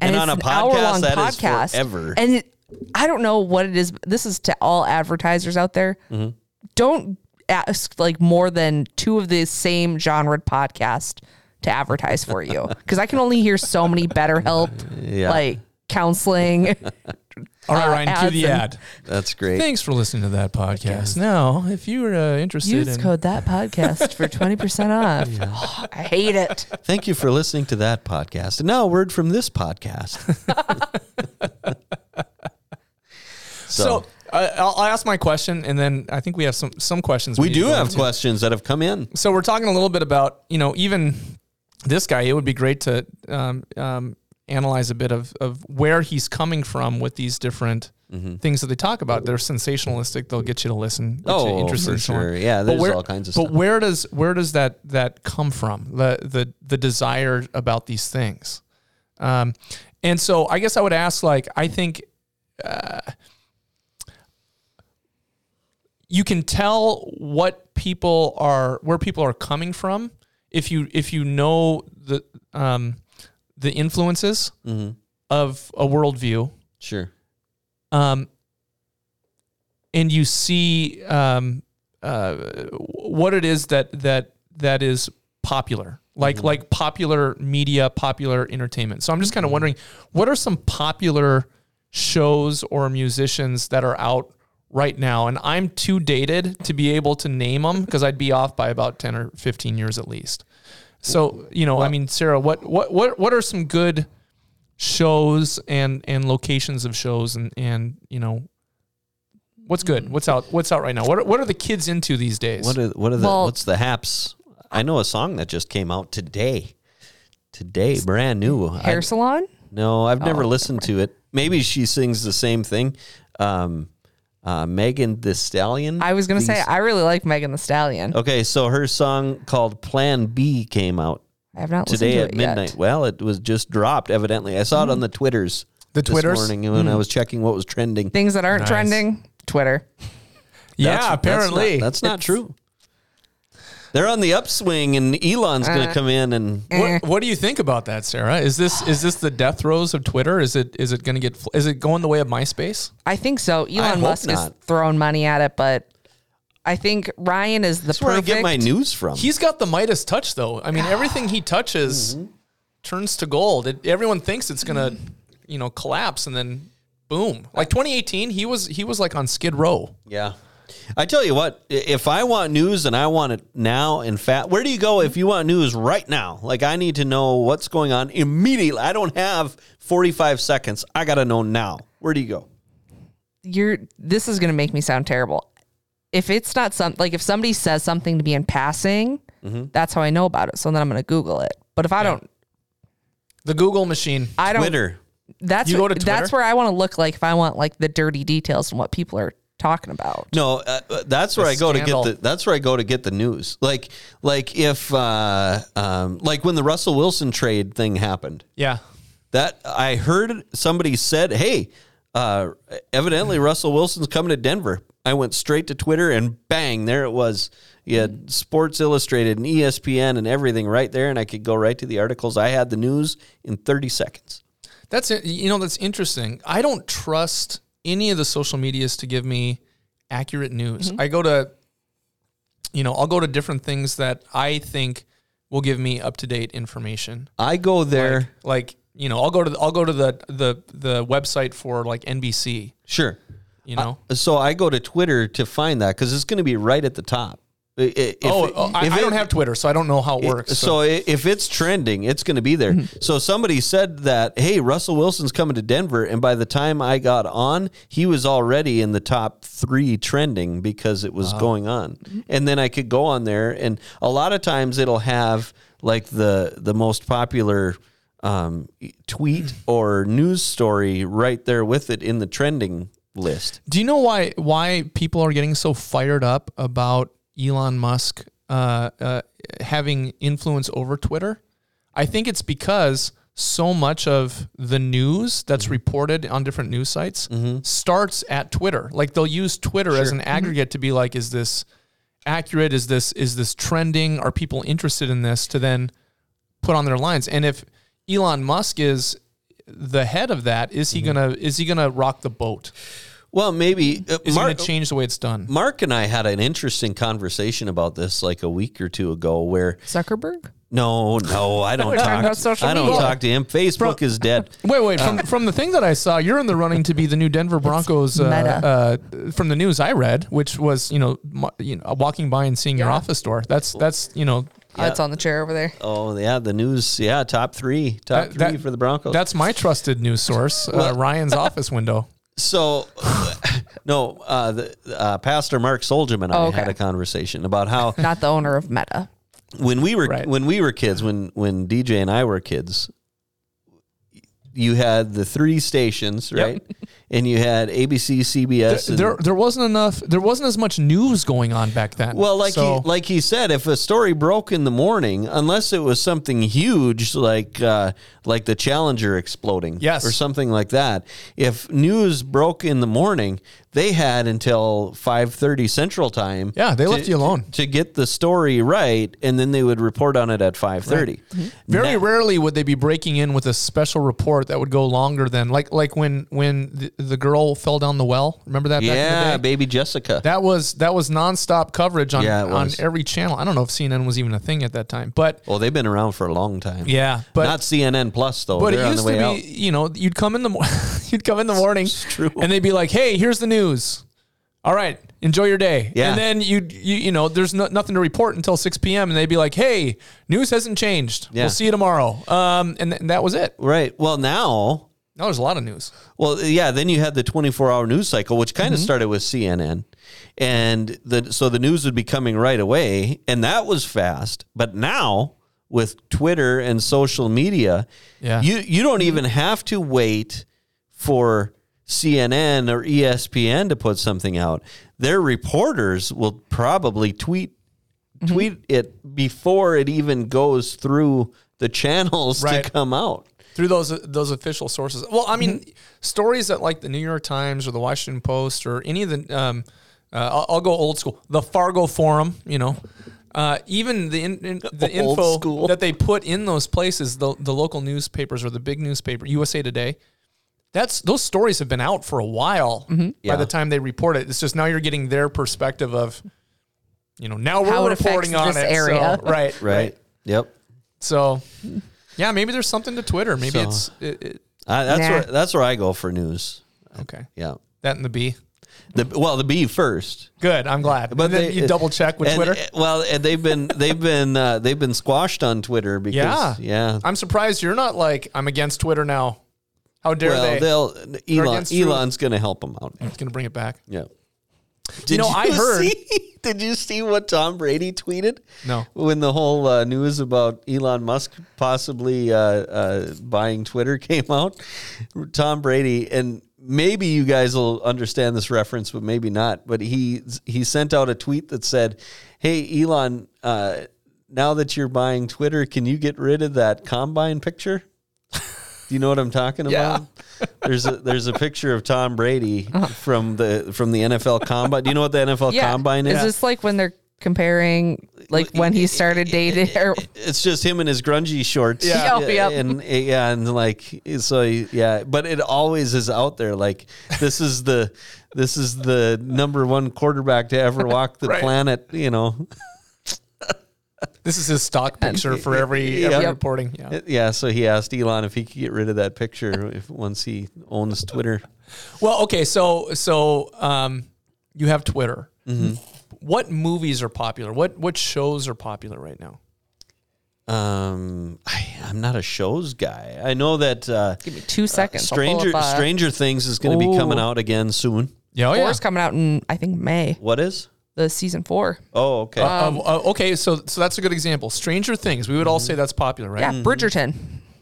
Speaker 1: And on a podcast,
Speaker 2: hour-long
Speaker 1: that is forever.
Speaker 2: And it, I don't know what it is. but This is to all advertisers out there.
Speaker 1: Mm-hmm.
Speaker 2: Don't ask like more than two of the same genre podcast to advertise for you
Speaker 1: <laughs>
Speaker 2: because I can only hear so many better help
Speaker 1: Yeah.
Speaker 2: like
Speaker 1: <laughs>
Speaker 2: counseling.
Speaker 3: All
Speaker 2: uh,
Speaker 3: right, Ryan, cue
Speaker 2: ads
Speaker 3: the
Speaker 2: and-
Speaker 3: ad.
Speaker 1: that's great
Speaker 3: Thanks for listening to that podcast. Now, if you're uh, interested
Speaker 2: Use
Speaker 3: in
Speaker 2: code that podcast
Speaker 1: <laughs>
Speaker 2: for 20% off. <gasps> I hate it.
Speaker 1: thank you for listening to that podcast and now a word from this
Speaker 3: <laughs>
Speaker 1: podcast
Speaker 3: So, uh, I'll, I'll ask my question and then I think we have some some questions.
Speaker 1: we
Speaker 3: need to
Speaker 1: do
Speaker 3: go
Speaker 1: have
Speaker 3: into.
Speaker 1: questions that have come in
Speaker 3: so we're talking a little bit about you know even this guy it would be great to um, um, analyze a bit of, of where he's coming from with these different
Speaker 1: Mm-hmm.
Speaker 3: things that they talk about they're sensationalistic they'll get you to listen get you
Speaker 1: Oh,
Speaker 3: interested
Speaker 1: for
Speaker 3: and so on.
Speaker 1: sure. Yeah,
Speaker 3: But
Speaker 1: there's
Speaker 3: where-
Speaker 1: all kinds of
Speaker 3: but
Speaker 1: stuff.
Speaker 3: where does where does that that come from the the the desire about these things um, and so i guess i would ask like i think uh, you can tell what people are where people are coming from if you if you know the um, the influences
Speaker 1: Mhm.
Speaker 3: of a worldview
Speaker 1: sure
Speaker 3: um, and you see um, uh, what it is that that that is popular like like popular media popular entertainment so i'm just kind of wondering what are some popular shows or musicians that are out right now. And I'm too dated to be able to name them because I'd be off by about 10 or 15 years at least. So, you know, I mean, Sarah, what, what, what, what are some good shows and, and locations of shows and, and, you know, what's good? What's out, what's out right now? What are, what are the kids into these days?
Speaker 1: What are what are the
Speaker 2: Well-
Speaker 1: what's the haps? I know a song that just came out today. Today, brand new. I-
Speaker 2: Hair salon?
Speaker 1: no, I've never
Speaker 2: Oh,
Speaker 1: listened to it. Maybe she sings the same thing. Um, uh, Megan the Stallion.
Speaker 2: I was going to say,
Speaker 1: These- Oh,
Speaker 2: I really like Megan the Stallion.
Speaker 1: Okay, so her song called Plan B came out
Speaker 2: I have not
Speaker 1: today
Speaker 2: listened
Speaker 1: at
Speaker 2: to it
Speaker 1: midnight.
Speaker 2: yet.
Speaker 1: Well, it was just dropped. Evidently, I saw it on the twitters.
Speaker 3: The
Speaker 1: this
Speaker 3: twitters?
Speaker 1: morning when I
Speaker 2: Hmm.
Speaker 1: was checking what was trending.
Speaker 2: Things that aren't
Speaker 3: Nice.
Speaker 2: trending, Twitter.
Speaker 3: yeah,
Speaker 1: That's- that's not-
Speaker 3: apparently.
Speaker 1: that's not, true. They're on the upswing, and Elon's going
Speaker 2: Uh,
Speaker 1: to come in and
Speaker 3: What, what do you think about that, Sarah? Is this is this the death throes of Twitter? Is it is it going to get fl- is it going the way of MySpace?
Speaker 2: I think so.
Speaker 1: hope
Speaker 2: Elon Musk is
Speaker 1: not.
Speaker 2: throwing money at it, but I think Ryan is the
Speaker 1: That's where I
Speaker 2: perfect.
Speaker 1: get my news from.
Speaker 3: He's got the Midas touch, though. I mean, everything he touches turns to gold. It, everyone thinks it's going to you know collapse, and then boom. Like 2018, he was he was like on Skid Row.
Speaker 1: yeah. I tell you what, i- if I want news and I want it now and fat, where do you go if you want news right now? Like I need to know what's going on immediately. I don't have 45 seconds. I got to know now. Where do you go?
Speaker 2: You're. This is going to make me sound terrible. If it's not some like if somebody says something to me in passing,
Speaker 1: Mm-hmm.
Speaker 2: that's how I know about it. So then I'm going to Google it. But if I don't,
Speaker 3: The Google machine.
Speaker 2: I don't.
Speaker 1: Twitter.
Speaker 2: That's
Speaker 3: You go to
Speaker 2: that's
Speaker 3: Twitter?
Speaker 2: where I want to look like if I want like the dirty details and what people are talking about.
Speaker 1: No, uh, uh, that's where I go
Speaker 3: scandal.
Speaker 1: to get the. That's where I go to get the news. Like, like if, uh, um, like when the Russell Wilson trade thing happened,
Speaker 3: Yeah.
Speaker 1: that I heard somebody said, "Hey, uh, evidently Russell Wilson's coming to Denver." I went straight to Twitter and bang, there it was. You had Sports Illustrated and E ESPN and everything right there, and I could go right to the articles. I had the news in thirty seconds.
Speaker 3: That's it. You know, that's interesting. I don't trust any of the social medias to give me accurate news. I go to, you know, I'll go to different things that I think will give me up to date information.
Speaker 1: I go there,
Speaker 3: Like, you know, I'll go to the, I'll go to the the the website for like NBC.
Speaker 1: sure.
Speaker 3: You know,
Speaker 1: So I go to Twitter to find that because it's going to be right at the top. I- i- if-
Speaker 3: oh, oh, I,
Speaker 1: if
Speaker 3: I
Speaker 1: it-
Speaker 3: don't have Twitter, so I don't know how it works. so. Mm-hmm.
Speaker 1: So i- if it's trending, it's going to be there. So somebody said that, hey, Russell Wilson's coming to Denver, and by the time I got on, he was already in the top three trending because it was going on. And then I could go on there, and a lot of times it'll have like the the most popular um, tweet or news story right there with it in the trending list.
Speaker 3: Do you know why why people are getting so fired up about Elon Musk uh, uh, having influence over Twitter? I think it's because so much of the news that's reported on different news sites starts at Twitter. Like they'll use Twitter as an aggregate to be like, is this accurate? Is this is this trending? Are people interested in this? To then put on their lines. And if Elon Musk is the head of that, is he gonna is he gonna rock the boat?
Speaker 1: Well, maybe uh,
Speaker 3: is
Speaker 1: Mark-
Speaker 3: going to change the way it's done.
Speaker 1: Mark and I had an interesting conversation about this like a week or two ago where
Speaker 2: Zuckerberg.
Speaker 1: no,
Speaker 2: Oh,
Speaker 1: no, I don't
Speaker 2: <laughs> We're talking
Speaker 1: talk
Speaker 2: about social
Speaker 1: I don't
Speaker 2: media.
Speaker 1: talk to him. Facebook is dead.
Speaker 3: Wait, wait. From from the thing that I saw, you're in the running to be the new Denver Broncos. Uh, uh, from the news I read, which was you know, mu- you know, walking by and seeing your office door. That's that's you know,
Speaker 2: Oh, it's on the chair over there.
Speaker 1: Oh, yeah, the news, yeah, top 3, top
Speaker 3: That-
Speaker 1: 3
Speaker 3: that-
Speaker 1: for the Broncos.
Speaker 3: that's my trusted news source, uh,
Speaker 1: <laughs>
Speaker 3: Ryan's office window.
Speaker 1: so <laughs> no, uh, the, uh, Pastor Mark Soldium and I
Speaker 2: Oh, okay.
Speaker 1: had a conversation about
Speaker 2: <laughs>
Speaker 1: how
Speaker 2: Not the owner of Meta.
Speaker 1: when we were
Speaker 3: Right.
Speaker 1: when we were kids, when when DJ and I were kids, you had the three stations, right? and you had ABC, CBS, and
Speaker 3: There there wasn't enough. There wasn't as much news going on back then.
Speaker 1: Well, like
Speaker 3: So-
Speaker 1: he, like he said, if a story broke in the morning, unless it was something huge like uh, like the Challenger exploding,
Speaker 3: Yes.
Speaker 1: or something like that, if news broke in the morning, they had until five thirty Central Time.
Speaker 3: yeah, they
Speaker 1: to-
Speaker 3: left you alone.
Speaker 1: to get the story right,
Speaker 3: Mm-hmm.
Speaker 1: and then they would report on it at five thirty.
Speaker 3: Very rarely would they be breaking in with a special report that would go longer than like like when when the, the girl fell down the well. Remember that? back in
Speaker 1: Yeah,
Speaker 3: the day?
Speaker 1: baby Jessica.
Speaker 3: That was that was nonstop coverage on
Speaker 1: Yeah, it
Speaker 3: on
Speaker 1: was.
Speaker 3: every channel. I don't know if CNN was even a thing at that time, but
Speaker 1: well, Oh, they've been around for a long time.
Speaker 3: yeah, but
Speaker 1: not CNN Plus though.
Speaker 3: but
Speaker 1: Oh, They're
Speaker 3: it
Speaker 1: on
Speaker 3: used
Speaker 1: the
Speaker 3: to
Speaker 1: way out.
Speaker 3: be you know you'd come in the mor- <laughs> you'd come in the morning,
Speaker 1: <laughs> true.
Speaker 3: and they'd be like, hey, here's the news. All right, enjoy your day.
Speaker 1: Yeah.
Speaker 3: And then you'd, you you know there's no, nothing to report until 6 p.m. and they'd be like, hey, news hasn't changed.
Speaker 1: Yeah.
Speaker 3: We'll see you tomorrow. Um, and, th- and that was it.
Speaker 1: Right. Well, now,
Speaker 3: Now there's a lot of news.
Speaker 1: well, uh, yeah. Then you had the 24-hour news cycle, which kind
Speaker 3: Mm-hmm.
Speaker 1: of started with CNN, and the so the news would be coming right away, and that was fast. But now with Twitter and social media,
Speaker 3: Yeah. Mm-hmm.
Speaker 1: you you don't even have to wait for CNN or E ESPN to put something out. Their reporters will probably tweet
Speaker 3: Mm-hmm.
Speaker 1: tweet it before it even goes through the channels to
Speaker 3: Right.
Speaker 1: come out.
Speaker 3: through those those official sources. Well, I mean,
Speaker 2: Mm-hmm.
Speaker 3: stories that like the New York Times or the Washington Post or any of the um, uh, I'll, I'll go old school, the Fargo Forum, you know. Uh, even the in, in- the
Speaker 1: Old
Speaker 3: info
Speaker 1: school.
Speaker 3: that they put in those places, the the local newspapers or the big newspaper, USA Today, that's those stories have been out for a while. By
Speaker 2: Mm-hmm.
Speaker 1: Yeah.
Speaker 3: the time they report it, it's just now you're getting their perspective of, you know, now we're
Speaker 2: How it
Speaker 3: reporting on
Speaker 2: affects this
Speaker 3: it. so-
Speaker 2: area.
Speaker 3: <laughs> right,
Speaker 1: right? Yep.
Speaker 3: So, yeah, maybe there's something to Twitter. Maybe
Speaker 1: So-
Speaker 3: it's it, it,
Speaker 1: I, Uh, that's
Speaker 2: Nah.
Speaker 1: where that's where I go for news.
Speaker 3: okay.
Speaker 1: Yeah.
Speaker 3: That and the B.
Speaker 1: The well, the B first,
Speaker 3: Good. I'm glad. But then
Speaker 1: they-
Speaker 3: you double check with
Speaker 1: and- eh,
Speaker 3: Twitter.
Speaker 1: Well, and they've been they've been uh, they've been squashed on Twitter
Speaker 3: yeah.
Speaker 1: because yeah.
Speaker 3: I'm surprised you're not like, I'm against Twitter now. How dare
Speaker 1: well,
Speaker 3: they?
Speaker 1: will Elon
Speaker 3: against Truth.
Speaker 1: Elon's going to help them out.
Speaker 3: It's going to bring it back.
Speaker 1: Yeah. Did <laughs>
Speaker 3: know, I heard-
Speaker 1: see- did you see what Tom Brady tweeted?
Speaker 3: No.
Speaker 1: When the whole uh, news about Elon Musk possibly uh, uh, buying Twitter <laughs> came out, Tom Brady and maybe you guys will understand this reference, but maybe not. But he he sent out a tweet that said, "Hey Elon, uh, now that you're buying Twitter, can you get rid of that combine picture?" Do you know what I'm talking about?
Speaker 3: Yeah.
Speaker 1: There's a there's a picture of Tom Brady from the from the NFL combine. Do you know what the NFL
Speaker 2: Yeah.
Speaker 1: combine is?
Speaker 2: Is this like when they're comparing, like when he started dating? Or,
Speaker 1: it's just him in his grungy shorts.
Speaker 3: Yeah.
Speaker 2: Oh, yep.
Speaker 1: And yeah, and like so yeah, but it always is out there like this is the this is the number one quarterback to ever walk the
Speaker 3: <laughs> Right.
Speaker 1: planet, you know.
Speaker 3: This is his stock picture for every,
Speaker 1: Yeah.
Speaker 3: every
Speaker 1: Yep.
Speaker 3: reporting. Yeah.
Speaker 1: Yeah, so he asked Elon if he could get rid of that picture if once he owns Twitter.
Speaker 3: Well, okay. So, so, um, you have Twitter.
Speaker 1: Mm-hmm.
Speaker 3: What movies are popular? What, what shows are popular right now?
Speaker 1: Um, I, I'm not a shows guy. I know that uh,
Speaker 2: give me two seconds. I'll pull
Speaker 1: Stranger
Speaker 2: up, uh,
Speaker 1: Stranger Things is going to be coming
Speaker 2: Ooh.
Speaker 1: out again soon.
Speaker 3: Yeah. Oh, yeah.
Speaker 2: Four's coming out in I think May.
Speaker 1: What is?
Speaker 2: The season four.
Speaker 1: Oh, okay.
Speaker 3: Um, uh, okay. So, so that's a good example. Stranger Things. We would
Speaker 1: Mm-hmm.
Speaker 3: all say that's popular, right? Mm-hmm.
Speaker 2: Yeah, Bridgerton.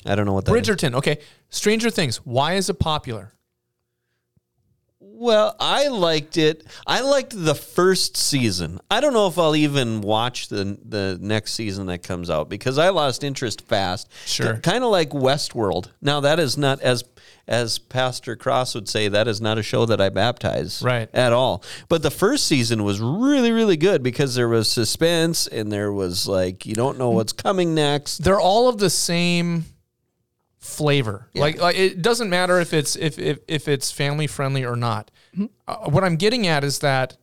Speaker 1: I don't know what that. is.
Speaker 3: Bridgerton. Okay. Stranger Things. Why is it popular?
Speaker 1: Well, I liked it. I liked the first season. I don't know if I'll even watch the the next season that comes out because I lost interest fast.
Speaker 3: Sure.
Speaker 1: kind of like Westworld. Now that is not as as Pastor Cross would say that is not a show that I baptize
Speaker 3: Right.
Speaker 1: at all. But the first season was really really good because there was suspense and there was like you don't know what's coming next.
Speaker 3: they're all of the same flavor. Like, like it doesn't matter if it's if if, if it's family friendly or not. Uh, what I'm getting at is that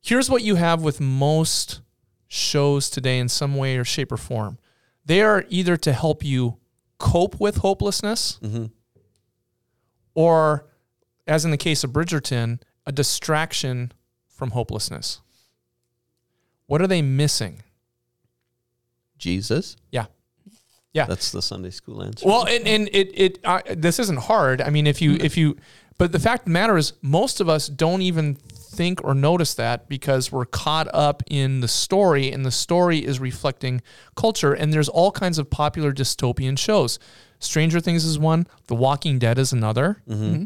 Speaker 3: here's what you have with most shows today in some way or shape or form. They are either to help you cope with hopelessness or as in the case of Bridgerton, a distraction from hopelessness. What are they missing?
Speaker 1: Jesus.
Speaker 3: Yeah.
Speaker 1: That's the Sunday school answer.
Speaker 3: Well, and, and it it I this isn't hard. I mean, if you if you, but the fact of the matter is, most of us don't even think or notice that because we're caught up in the story, and the story is reflecting culture. And there's all kinds of popular dystopian shows. Stranger Things is one. The Walking Dead is another.
Speaker 1: Mm-hmm.
Speaker 3: Mm-hmm.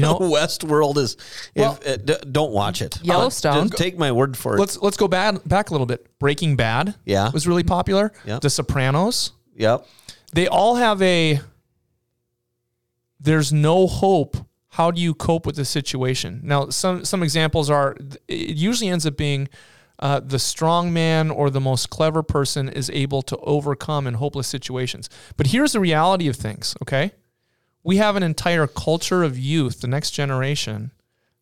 Speaker 1: <laughs>
Speaker 3: know,
Speaker 1: Westworld is. If,
Speaker 3: Well-
Speaker 1: uh, d- don't watch it.
Speaker 2: Yellowstone.
Speaker 1: Just take my word for it.
Speaker 3: let's let's go back back a little bit. Breaking Bad,
Speaker 1: Yeah.
Speaker 3: was really popular.
Speaker 1: Yeah.
Speaker 3: The Sopranos.
Speaker 1: yep.
Speaker 3: they all have a there's no hope how do you cope with the situation now some some examples are it usually ends up being uh, the strong man or the most clever person is able to overcome in hopeless situations but here's the reality of things okay we have an entire culture of youth, the next generation,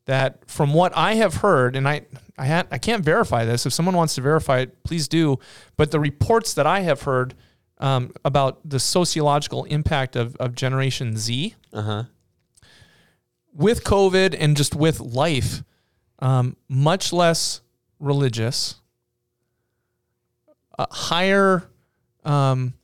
Speaker 3: that from what I have heard, and I I, ha- I can't verify this. If someone wants to verify it, please do. But the reports that I have heard um, about the sociological impact of, of Generation Z
Speaker 1: Uh-huh.
Speaker 3: with COVID and just with life, um, much less religious, uh, higher um,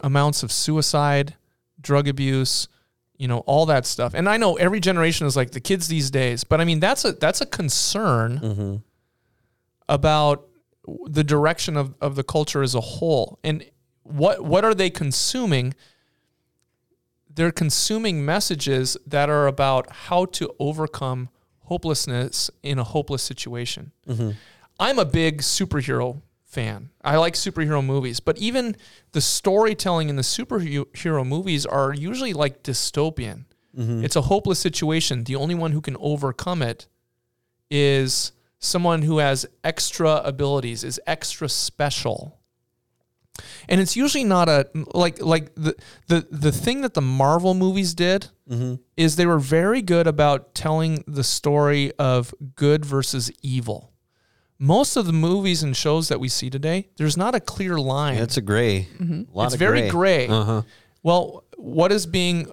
Speaker 3: amounts of suicide, drug abuse, you know, all that stuff. And I know every generation is like the kids these days, but I mean that's a that's a concern about the direction of, of the culture as a whole. And what what are they consuming? They're consuming messages that are about how to overcome hopelessness in a hopeless situation. I'm a big superhero fan. I like superhero movies, but even the storytelling in the superhero movies are usually like dystopian. It's a hopeless situation. The only one who can overcome it is someone who has extra abilities, is extra special. And it's usually not a like like the the the thing that the Marvel movies did is they were very good about telling the story of good versus evil. Most of the movies and shows that we see today, there's not a clear line.
Speaker 1: That's a gray. A lot
Speaker 3: it's
Speaker 1: of
Speaker 3: very
Speaker 1: gray. Uh-huh.
Speaker 3: gray. Well, what is being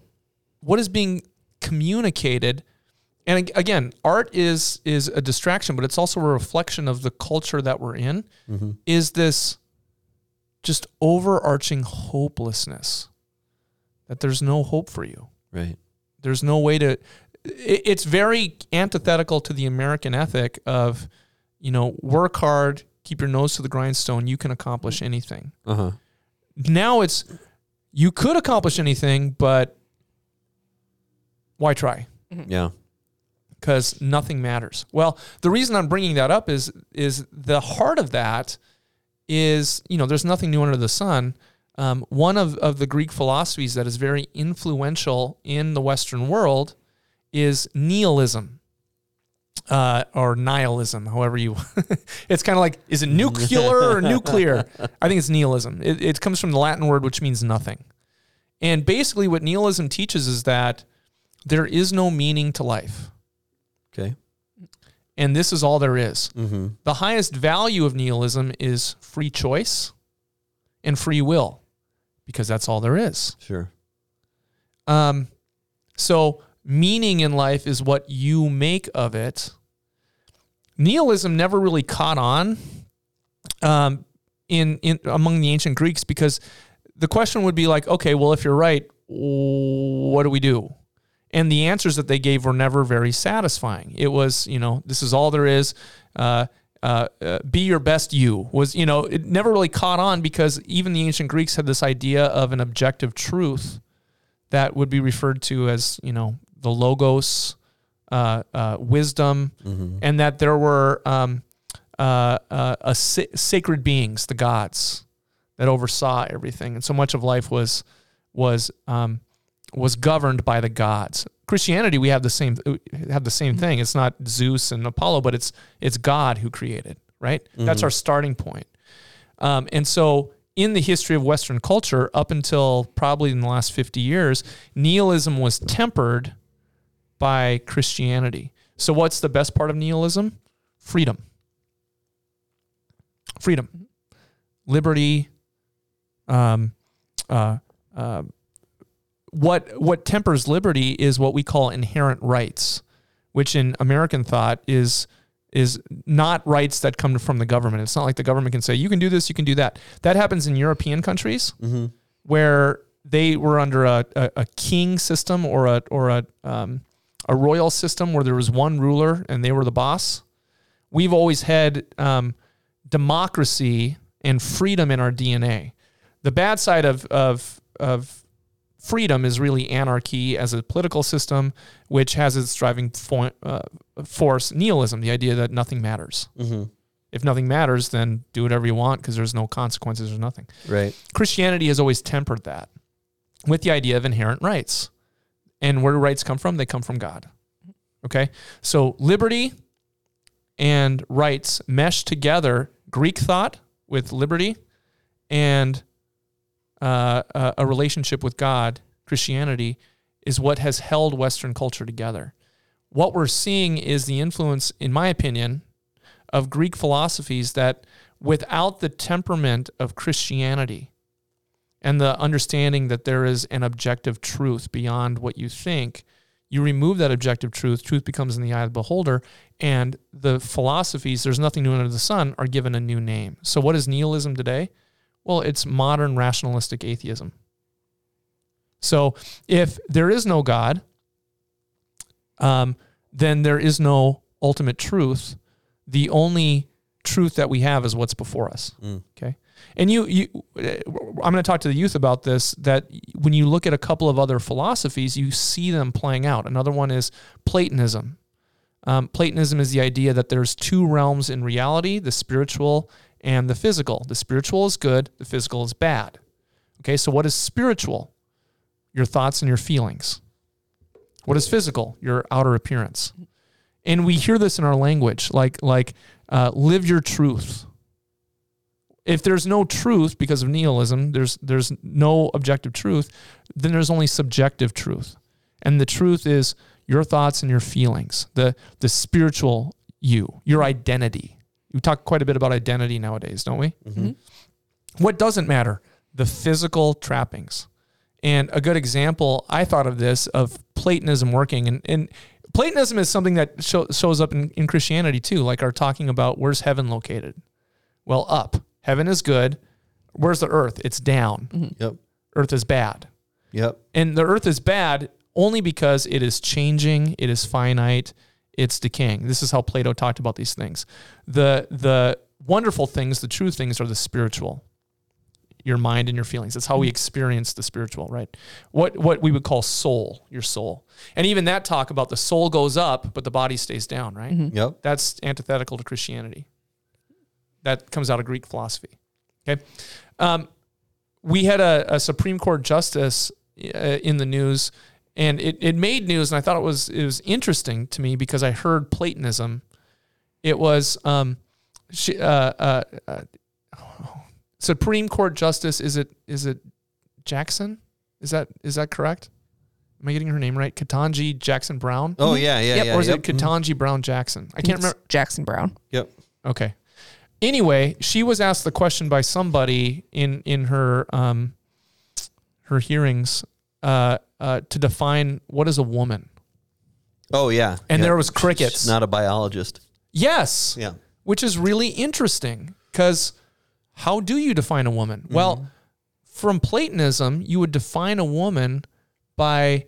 Speaker 3: what is being communicated? And ag- again, art is is a distraction, but it's also a reflection of the culture that we're in. Is this just overarching hopelessness that there's no hope for you?
Speaker 1: Right.
Speaker 3: There's no way to. It, it's very antithetical to the American ethic of, you know, work hard, keep your nose to the grindstone, you can accomplish anything
Speaker 1: Uh huh.
Speaker 3: now it's you could accomplish anything, but why try?
Speaker 1: Yeah.
Speaker 3: Because nothing matters. Well, the reason I'm bringing that up is is the heart of that is you know there's nothing new under the sun. Um, one of of the Greek philosophies that is very influential in the Western world is nihilism. Uh, or nihilism, however you. <laughs> it's kind of like, is it nuclear or nuclear? I think it's nihilism. It, it comes from the Latin word which means nothing. And basically, what nihilism teaches is that there is no meaning to life,
Speaker 1: Okay.
Speaker 3: and this is all there is.
Speaker 1: Mm-hmm.
Speaker 3: The highest value of nihilism is free choice and free will, because that's all there is.
Speaker 1: Sure.
Speaker 3: Um, so meaning in life is what you make of it. Nihilism never really caught on um, in in among the ancient Greeks because the question would be like, okay, well, if you're right, what do we do? And the answers that they gave were never very satisfying. It was, you know, this is all there is. Uh, uh, uh, be your best you was, you know, it never really caught on because even the ancient Greeks had this idea of an objective truth that would be referred to as you know the logos uh, uh, wisdom and that there were um, uh, uh, a sa- sacred beings the gods that oversaw everything and so much of life was was um, was governed by the gods christianity we have the same uh, have the same thing it's not zeus and apollo but it's it's god who created right that's our starting point um, and so, in the history of Western culture, up until probably in the last 50 years, nihilism was tempered by Christianity. So, what's the best part of nihilism? Freedom. Freedom. Liberty. Um, uh, uh, what, what tempers liberty is what we call inherent rights, which in American thought is is not rights that come from the government. It's not like the government can say you can do this, you can do that. That happens in European countries where they were under a, a, a king system or a or a um, a royal system where there was one ruler and they were the boss. We've always had um, democracy and freedom in our DNA. The bad side of of of freedom is really anarchy as a political system, which has its driving fo- uh, force nihilism, the idea that nothing matters. If nothing matters, then do whatever you want because there's no consequences or nothing.
Speaker 1: Right.
Speaker 3: Christianity has always tempered that with the idea of inherent rights. And where do rights come from? They come from God. Okay? So liberty and rights mesh together Greek thought with liberty uh, and uh, a, a relationship with God, Christianity, is what has held Western culture together. What we're seeing is the influence, in my opinion, of Greek philosophies that without the temperament of Christianity and the understanding that there is an objective truth beyond what you think, you remove that objective truth, truth becomes in the eye of the beholder, and the philosophies, there's nothing new under the sun, are given a new name. So, what is nihilism today? Well, it's modern rationalistic atheism. So, if there is no God, um, then there is no ultimate truth. The only truth that we have is what's before us. Okay. And you, you, eh, I'm going to talk to the youth about this. That when you look at a couple of other philosophies, you see them playing out. Another one is Platonism. Um, Platonism is the idea that there's two realms in reality: the spiritual and the physical. The spiritual is good. The physical is bad. Okay. So what is spiritual? Your thoughts and your feelings. What is physical? Your outer appearance and we hear this in our language like like uh, live your truth if there's no truth because of nihilism there's there's no objective truth then there's only subjective truth and the truth is your thoughts and your feelings the the spiritual you your identity we talk quite a bit about identity nowadays don't we what doesn't matter the physical trappings and a good example i thought of this of platonism working and, and platonism is something that show, shows up in, in christianity too like our talking about where's heaven located well up heaven is good where's the earth it's down
Speaker 1: Yep.
Speaker 3: earth is bad
Speaker 1: Yep.
Speaker 3: and the earth is bad only because it is changing, it is finite, it's decaying. This is how Plato talked about these things. The the wonderful things, the true things are the spiritual. Your mind and your feelings. That's how we experience the spiritual, right? What what we would call soul, your soul. And even that talk about the soul goes up but the body stays down,
Speaker 2: Mm-hmm.
Speaker 3: right?
Speaker 1: Yep.
Speaker 3: That's antithetical to Christianity. That comes out of Greek philosophy. Okay. Um, we had a, a Supreme Court justice uh, in the news, and it, it made news, and I thought it was it was interesting to me because I heard Platonism. It was um, she, uh, uh, uh, Supreme Court justice. Is it is it Jackson? Is that is that correct? Am I getting her name right? Katanji Jackson Brown.
Speaker 1: Oh yeah, yeah,
Speaker 2: Yep,
Speaker 1: yeah.
Speaker 3: Mm-hmm. or is
Speaker 1: yep. Mm-hmm.
Speaker 3: it Katanji Brown Jackson? I can't remember.
Speaker 2: Jackson Brown.
Speaker 1: Yep.
Speaker 3: Okay. Anyway, she was asked the question by somebody in in her um, her hearings uh, uh, to define what is a woman,
Speaker 1: Oh yeah.
Speaker 3: and
Speaker 1: yep.
Speaker 3: there was crickets.
Speaker 1: She's not a biologist.
Speaker 3: yes,
Speaker 1: Yeah.
Speaker 3: which is really interesting because how do you define a woman?
Speaker 1: Mm-hmm.
Speaker 3: Well, from Platonism, you would define a woman by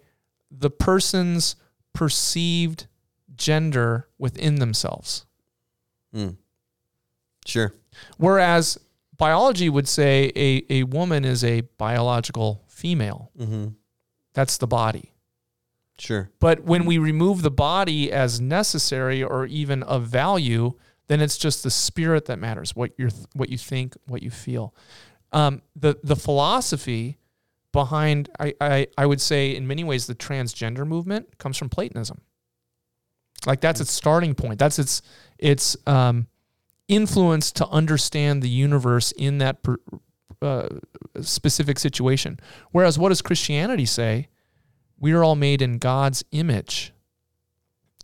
Speaker 3: the person's perceived gender within themselves.
Speaker 1: Mm. Sure.
Speaker 3: Whereas biology would say a, a woman is a biological female.
Speaker 1: Mm-hmm.
Speaker 3: That's the body.
Speaker 1: Sure.
Speaker 3: But when we remove the body as necessary or even of value, then it's just the spirit that matters. What you what you think, what you feel. Um, the the philosophy behind I, I I would say in many ways the transgender movement comes from Platonism. Like that's its starting point. That's its its um, influence to understand the universe in that per, uh, specific situation. Whereas what does Christianity say? we are all made in God's image.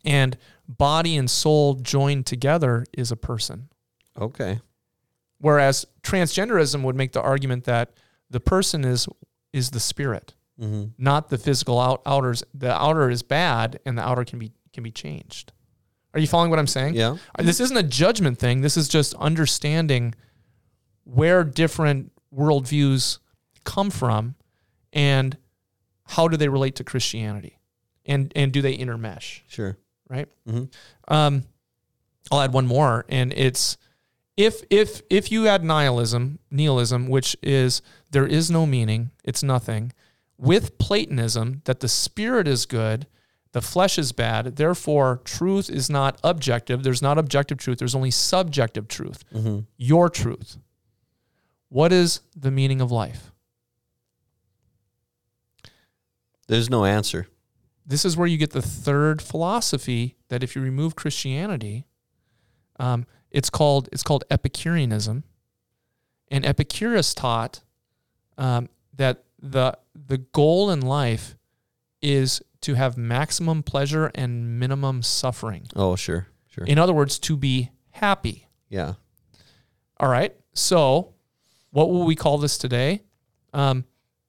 Speaker 3: And body and soul joined together is a person.
Speaker 1: Okay.
Speaker 3: Whereas transgenderism would make the argument that the person is is the spirit,
Speaker 1: Mm-hmm.
Speaker 3: not the physical out, outers. The outer is bad and the outer can be can be changed. Are you following what I'm saying?
Speaker 1: Yeah.
Speaker 3: Uh, This isn't a judgment thing. This is just understanding where different worldviews come from and how do they relate to Christianity and, and do they intermesh,
Speaker 1: Sure.
Speaker 3: right?
Speaker 1: Mhm.
Speaker 3: Um, I'll add one more, and it's if if if you add nihilism, nihilism, which is there is no meaning, it's nothing, with Platonism that the spirit is good, the flesh is bad, therefore truth is not objective. There's not objective truth. There's only subjective truth. Your truth. What is the meaning of life?
Speaker 1: There's no answer.
Speaker 3: this is where you get the third philosophy that if you remove Christianity, um, it's called it's called Epicureanism, and Epicurus taught um, that the the goal in life is to have maximum pleasure and minimum suffering.
Speaker 1: Oh, sure, sure.
Speaker 3: In other words, to be happy.
Speaker 1: Yeah.
Speaker 3: All right. So, what will we call this today? Um,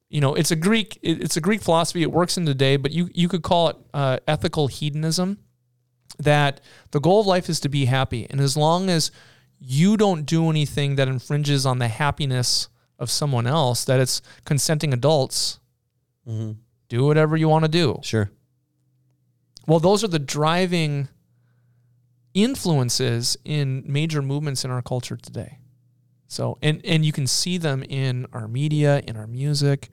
Speaker 3: you know, it's a Greek. it- It's a Greek philosophy. It works in today, but you you could call it uh, ethical hedonism. That the goal of life is to be happy, and as long as you don't do anything that infringes on the happiness of someone else, that it's consenting adults.
Speaker 1: Mm-hmm.
Speaker 3: Do whatever you want to do. <laughs>
Speaker 1: Sure.
Speaker 3: Well, those are the driving influences in major movements in our culture today. So, and and you can see them in our media, in our music.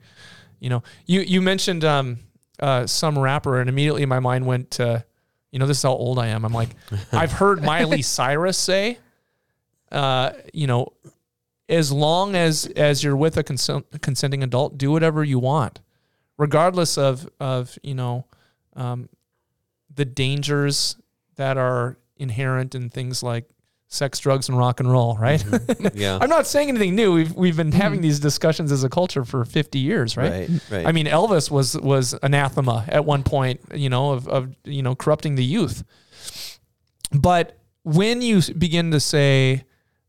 Speaker 3: You know, you you mentioned um, uh, some rapper, and immediately my mind went to, you know, this is how old I am. I'm like, I've heard Miley Cyrus say, uh, you know, as long as as you're with a consent, consenting adult, do whatever you want, regardless of of you know. Um, the dangers that are inherent in things like sex, drugs, and rock and roll, right?
Speaker 1: Yeah.
Speaker 3: <laughs> I'm not saying anything new. We've we've been having these discussions as a culture for 50 years, right?
Speaker 1: Right. Right.
Speaker 3: I mean, Elvis was was anathema at one point, you know, of, of you know corrupting the youth. But when you s- begin to say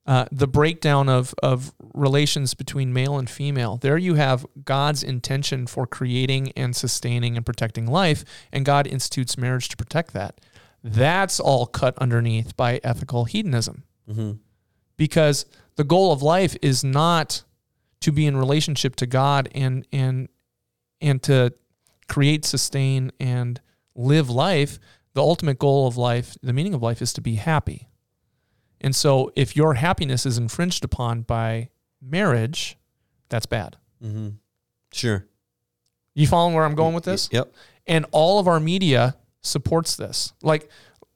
Speaker 3: uh, the breakdown of of relations between male and female, there you have God's intention for creating and sustaining and protecting life, and God institutes marriage to protect that. That's all cut underneath by ethical hedonism
Speaker 1: Mhm.
Speaker 3: because the goal of life is not to be in relationship to God and and and to create, sustain, and live life. The ultimate goal of life, the meaning of life, is to be happy. And so, if your happiness is infringed upon by marriage, that's bad.
Speaker 1: Mm-hmm. Sure.
Speaker 3: You following where I'm going with this?
Speaker 1: Yep.
Speaker 3: and all of our media supports this. Like,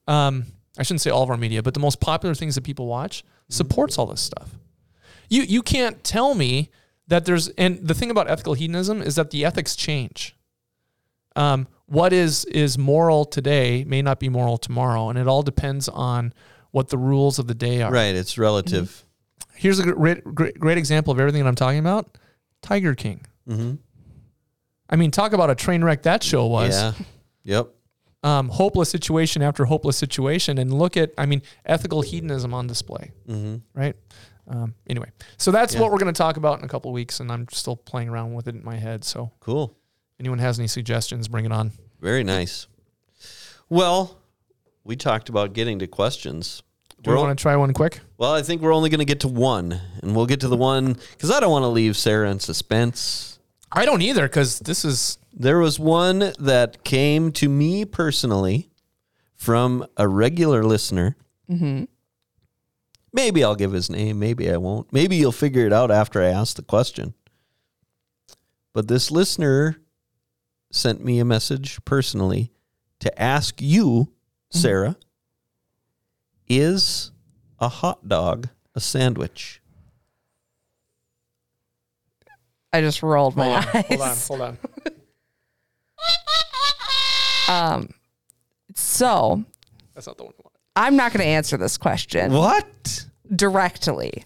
Speaker 3: um, I shouldn't say all of our media, but the most popular things that people watch
Speaker 1: Mm-hmm.
Speaker 3: supports all this stuff. You you can't tell me that there's and the thing about ethical hedonism is that the ethics change. Um, what is is moral today may not be moral tomorrow, and it all depends on what the rules of the day are.
Speaker 1: Right. It's relative.
Speaker 3: Here's a great, great great example of everything that I'm talking about: Tiger King.
Speaker 1: Mm-hmm.
Speaker 3: I mean, talk about a train wreck that show was.
Speaker 1: Yeah. Yep.
Speaker 3: um, hopeless situation after hopeless situation and look at i mean ethical hedonism on display
Speaker 1: Mm-hmm.
Speaker 3: right um, anyway so that's
Speaker 1: Yeah.
Speaker 3: what we're going to talk about in a couple of weeks and i'm still playing around with it in my head so
Speaker 1: Cool.
Speaker 3: if anyone has any suggestions bring it on
Speaker 1: Very nice. Well, we talked about getting to questions.
Speaker 3: do we
Speaker 1: We're-
Speaker 3: want to try one quick
Speaker 1: well, I think we're only going to get to one, and we'll get to the one because I don't want to leave Sarah in suspense.
Speaker 3: i don't either because this <laughs> is
Speaker 1: There was one that came to me personally from a regular listener.
Speaker 2: Mm-hmm.
Speaker 1: Maybe I'll give his name. Maybe I won't. Maybe you'll figure it out after I ask the question. But this listener sent me a message personally to ask you, Sarah, is a hot dog a sandwich?
Speaker 2: I just rolled my eyes.
Speaker 3: hold on
Speaker 2: Um, <laughs> so
Speaker 3: that's not the one we want.
Speaker 2: I'm not going to answer this question
Speaker 1: What?
Speaker 2: directly.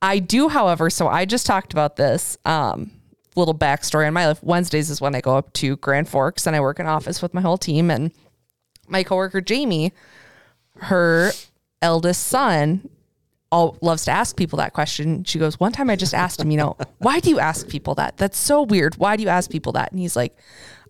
Speaker 2: I do, however, so I just talked about this um, little backstory on my life. Wednesdays is when I go up to Grand Forks and I work in office with my whole team. And my coworker, Jamie, her eldest son, all loves to ask people that question. She goes, One time I just asked him, you know, why do you ask people that? That's so weird. Why do you ask people that? And he's like,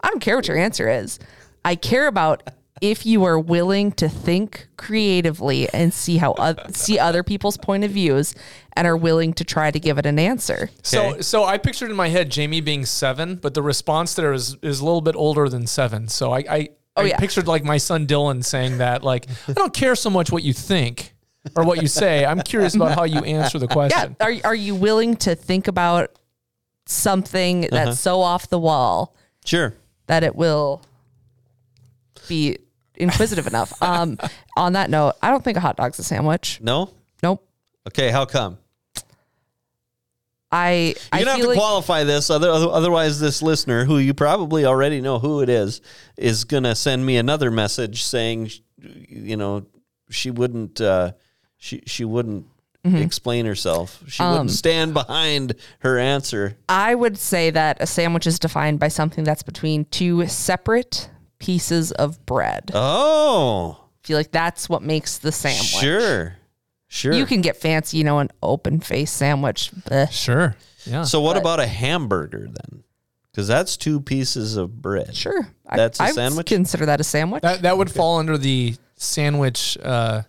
Speaker 2: I don't care what your answer is. I care about if you are willing to think creatively and see how oth- see other people's point of views and are willing to try to give it an answer.
Speaker 3: so so i pictured in my head jamie being seven but the response there is is a little bit older than seven so i i, I
Speaker 2: Oh, yeah.
Speaker 3: pictured like my son dylan saying that <laughs> like i don't care so much what you think or what you say i'm curious about how you answer the
Speaker 2: Yeah,
Speaker 3: question
Speaker 2: are are you willing to think about something that's so off the wall
Speaker 1: Sure.
Speaker 2: that it will be
Speaker 1: <laughs>
Speaker 2: inquisitive enough. Um, on that note, I don't think a hot dog's a sandwich.
Speaker 1: No?
Speaker 2: Nope.
Speaker 1: Okay, how come? You're
Speaker 2: I I
Speaker 1: gonna have
Speaker 2: feel
Speaker 1: to
Speaker 2: like
Speaker 1: qualify this, other, otherwise, this listener, who you probably already know who it is, is gonna send me another message saying, you know, she wouldn't, uh, she she wouldn't
Speaker 2: Mm-hmm.
Speaker 1: explain herself. She
Speaker 2: Um,
Speaker 1: wouldn't stand behind her answer.
Speaker 2: I would say that a sandwich is defined by something that's between two separate pieces of
Speaker 1: Uh,
Speaker 2: bread.
Speaker 1: Oh,
Speaker 2: I feel like that's what makes the sandwich.
Speaker 1: sure, sure.
Speaker 2: You can get fancy, you know, an open face sandwich. Blech.
Speaker 3: Sure. Yeah.
Speaker 1: so what about a hamburger then? Because that's two pieces of bread.
Speaker 2: Sure.
Speaker 1: That's a
Speaker 2: a
Speaker 1: sandwich?
Speaker 2: consider that a sandwich.
Speaker 3: That that would fall under the sandwich. Uh,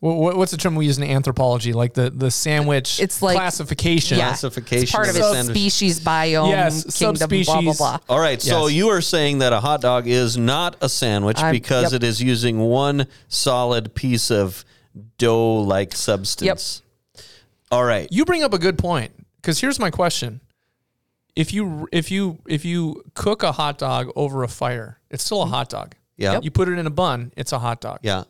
Speaker 3: what, what's the term we use in anthropology? Like the the sandwich.
Speaker 2: It's like-
Speaker 3: classification.
Speaker 2: yeah.
Speaker 1: Classification.
Speaker 2: it's part of
Speaker 1: a
Speaker 2: its
Speaker 1: sandwich.
Speaker 2: species, biome,
Speaker 3: Yes,
Speaker 2: kingdom, blah, blah,
Speaker 3: subspecies.
Speaker 2: blah.
Speaker 1: All right, so
Speaker 3: Yes.
Speaker 1: you are saying that a hot dog is not a sandwich
Speaker 2: I'm-
Speaker 1: because
Speaker 2: yep.
Speaker 1: it is using one solid piece of dough-like substance. All right.
Speaker 3: You bring up a good point because here's my question: If you if you if you cook a hot dog over a fire, it's still a hot dog.
Speaker 1: Yeah. Yep.
Speaker 3: You put it in a bun, it's a hot dog.
Speaker 1: Yeah.